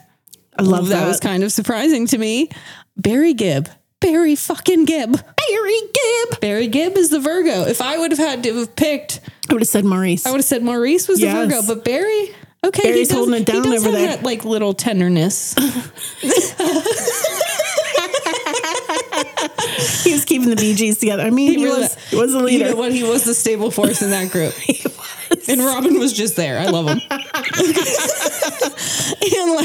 S2: I love
S1: That
S2: that.
S1: was kind of surprising to me. Barry Gibb. Barry fucking Gibb. Barry Gibb. Barry Gibb is the Virgo. If I would have had to have picked,
S2: I would have said Maurice.
S1: I would have said Maurice was
S2: Yes.
S1: the Virgo, but Barry. Okay, he
S2: Barry's
S1: does-
S2: holding it
S1: he
S2: down
S1: does
S2: over
S1: have
S2: there.
S1: That like little tenderness.
S2: he was keeping the Bee Gees together. I mean, he,
S1: really-
S2: was he was the
S1: You
S2: leader.
S1: know what? He was the stable force in that group. And Robin was just there. I love him. [LAUGHS] and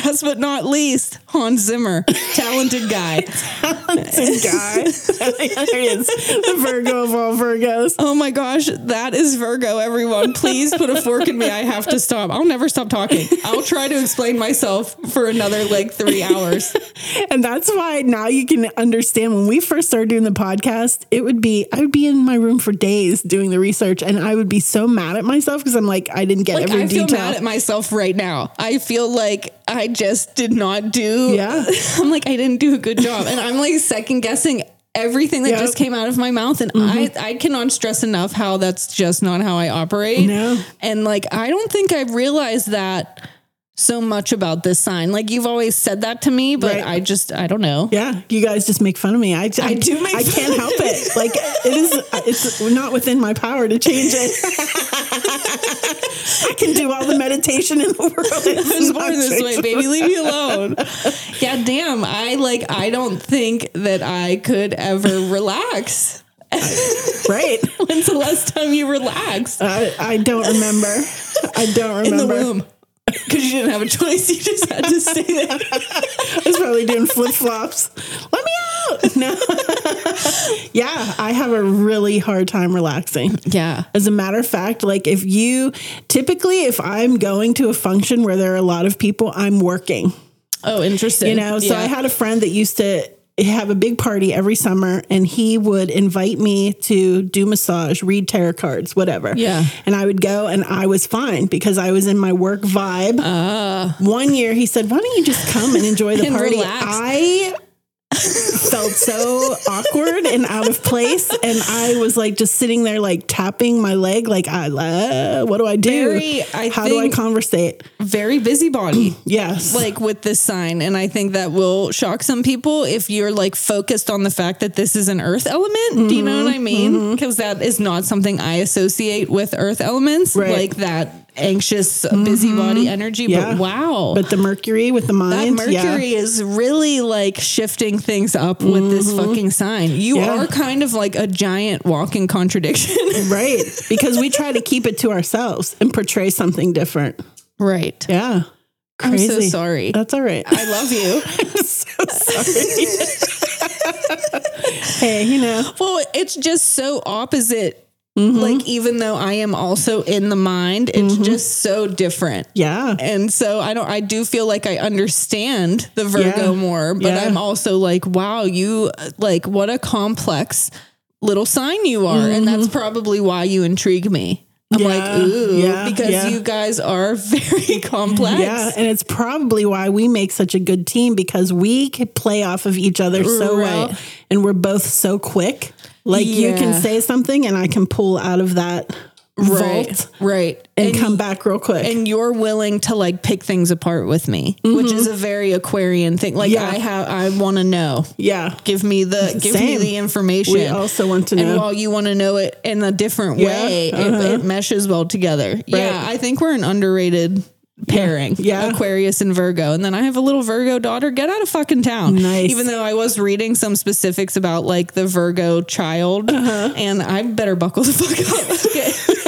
S1: last but not least, Hans Zimmer, talented guy. [LAUGHS]
S2: Same guy. there he is, the Virgo of all Virgos.
S1: Oh my gosh, that is Virgo, everyone. Please put a fork in me. I have to stop. I'll never stop talking. I'll try to explain myself for another like three hours.
S2: And that's why now you can understand when we first started doing the podcast, it would be, I would be in my room for days doing the research and I would be so mad at myself because I'm like, I didn't get
S1: Like,
S2: every
S1: I feel
S2: detail.
S1: mad at myself right now. I feel like I just did not do.
S2: Yeah.
S1: [LAUGHS] I'm like I didn't do a good job, and I'm like second guessing everything that
S2: Yep. Mm-hmm.
S1: just came out of my mouth, and I I cannot stress enough how that's just not how I operate.
S2: No.
S1: And like I don't think I realized that so much about this sign. Like you've always said that to me, but
S2: Right.
S1: I just I don't know.
S2: yeah, you guys just make fun of me. I, I,
S1: do make
S2: I
S1: fun
S2: can't help it. Like it is, it's not within my power to change
S1: [LAUGHS]
S2: it. I can do all the meditation in the world. It's
S1: I was
S2: not [LAUGHS]
S1: born this way,
S2: changeable.
S1: baby. Leave
S2: [LAUGHS]
S1: me alone. yeah, damn. I like. I don't think that I could ever relax.
S2: Right.
S1: When's the last time you relaxed?
S2: I, I don't remember. I don't remember.
S1: In the womb. Because you didn't have a choice. [LAUGHS] You just had to stay there.
S2: I was probably doing flip flops. Let me out. [LAUGHS] No. yeah, I have a really hard time relaxing.
S1: Yeah.
S2: As a matter of fact, like if you typically, if I'm going to a function where there are a lot of people, I'm working,
S1: Oh, interesting.
S2: you know? So I had a friend that used to have a big party every summer and he would invite me to do massage, read tarot cards, whatever.
S1: Yeah.
S2: And I would go and I was fine because I was in my work vibe.
S1: Ah. [LAUGHS]
S2: One year he said, Why don't you just come and enjoy the
S1: And
S2: party?
S1: relax.
S2: I felt so awkward and out of place. And I was like just sitting there, like tapping my leg, like, I, uh, what do I do?
S1: Very, I
S2: How do I
S1: think-
S2: conversate?
S1: Very [CLEARS THROAT] busybody.
S2: Yes.
S1: like with this sign and i think that will shock some people if you're like focused on the fact that this is an earth element do you know what i mean because is not something i associate with earth elements
S2: Right.
S1: like that anxious busybody energy
S2: Yeah.
S1: Mm-hmm. but wow
S2: but the mercury with the
S1: that
S2: mind. yeah.
S1: Mercury is really like shifting things up with this fucking sign. You
S2: Yeah.
S1: are kind of like a giant walking contradiction.
S2: Right. [LAUGHS] Because we try to keep it to ourselves and portray something different.
S1: right.
S2: Yeah.
S1: I'm
S2: Crazy.
S1: so sorry.
S2: That's all right. [LAUGHS]
S1: [LAUGHS] I love you.
S2: [LAUGHS] Hey, you know.
S1: [LAUGHS] Well, it's just so opposite. Like, even though I am also in the mind, it's just so different.
S2: Yeah.
S1: And so I don't, I do feel like I understand the
S2: Yeah.
S1: Virgo more, but
S2: Yeah.
S1: I'm also like, wow, you like what a complex little sign you are. And that's probably why you intrigue me. I'm
S2: Mm-hmm. Yeah.
S1: like, ooh,
S2: Yeah.
S1: because
S2: Yeah.
S1: you guys are [LAUGHS] very complex.
S2: Yeah, and it's probably why we make such a good team because we can play off of each other so well,
S1: Right.
S2: and we're both so quick. Like you can
S1: Yeah.
S2: say something, and I can pull out of that
S1: Right.
S2: vault
S1: Right.
S2: and, come back real quick.
S1: and you're willing to like pick things apart with me, which is a very Aquarian thing. Like
S2: Mm-hmm. Yeah.
S1: I have, I want to know.
S2: yeah,
S1: Give me the give me
S2: Same.
S1: the information.
S2: we also want to
S1: and
S2: know.
S1: while you want to know it in a different
S2: Yeah,
S1: way,
S2: uh-huh.
S1: it, it meshes well together. Yeah, I think we're an underrated pairing.
S2: Yeah.
S1: Aquarius and Virgo, and then I have a little Virgo daughter. Get out of fucking town.
S2: Nice.
S1: Even though I was reading some specifics about like the Virgo child,
S2: Uh-huh.
S1: and I better buckle the fuck
S2: [LAUGHS]
S1: up. Okay. [LAUGHS]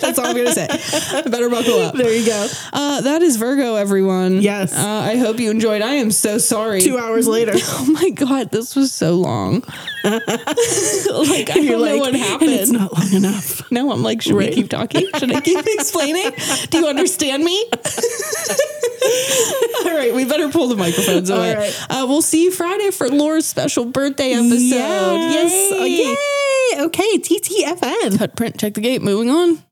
S1: That's all I'm gonna say. I better buckle up.
S2: there you go.
S1: Uh, that is Virgo, everyone.
S2: Yes.
S1: Uh, I hope you enjoyed. I am so sorry.
S2: Two hours [LAUGHS] later,
S1: Oh [LAUGHS] my god, this was so long. [LAUGHS] like [LAUGHS] I
S2: you're
S1: don't know
S2: like,
S1: what
S2: "And It's
S1: happened.
S2: not long enough.
S1: No, I'm like, should we keep talking? Should I [LAUGHS] keep explaining? Do you understand me? [LAUGHS] All right, we better pull the microphones away.
S2: right.
S1: Uh, we'll see you Friday for Laura's special birthday episode. Yes, Oh,
S2: Yay.
S1: again.
S2: Yay. Okay. TTFN.
S1: Cut print, check the gate. Moving on.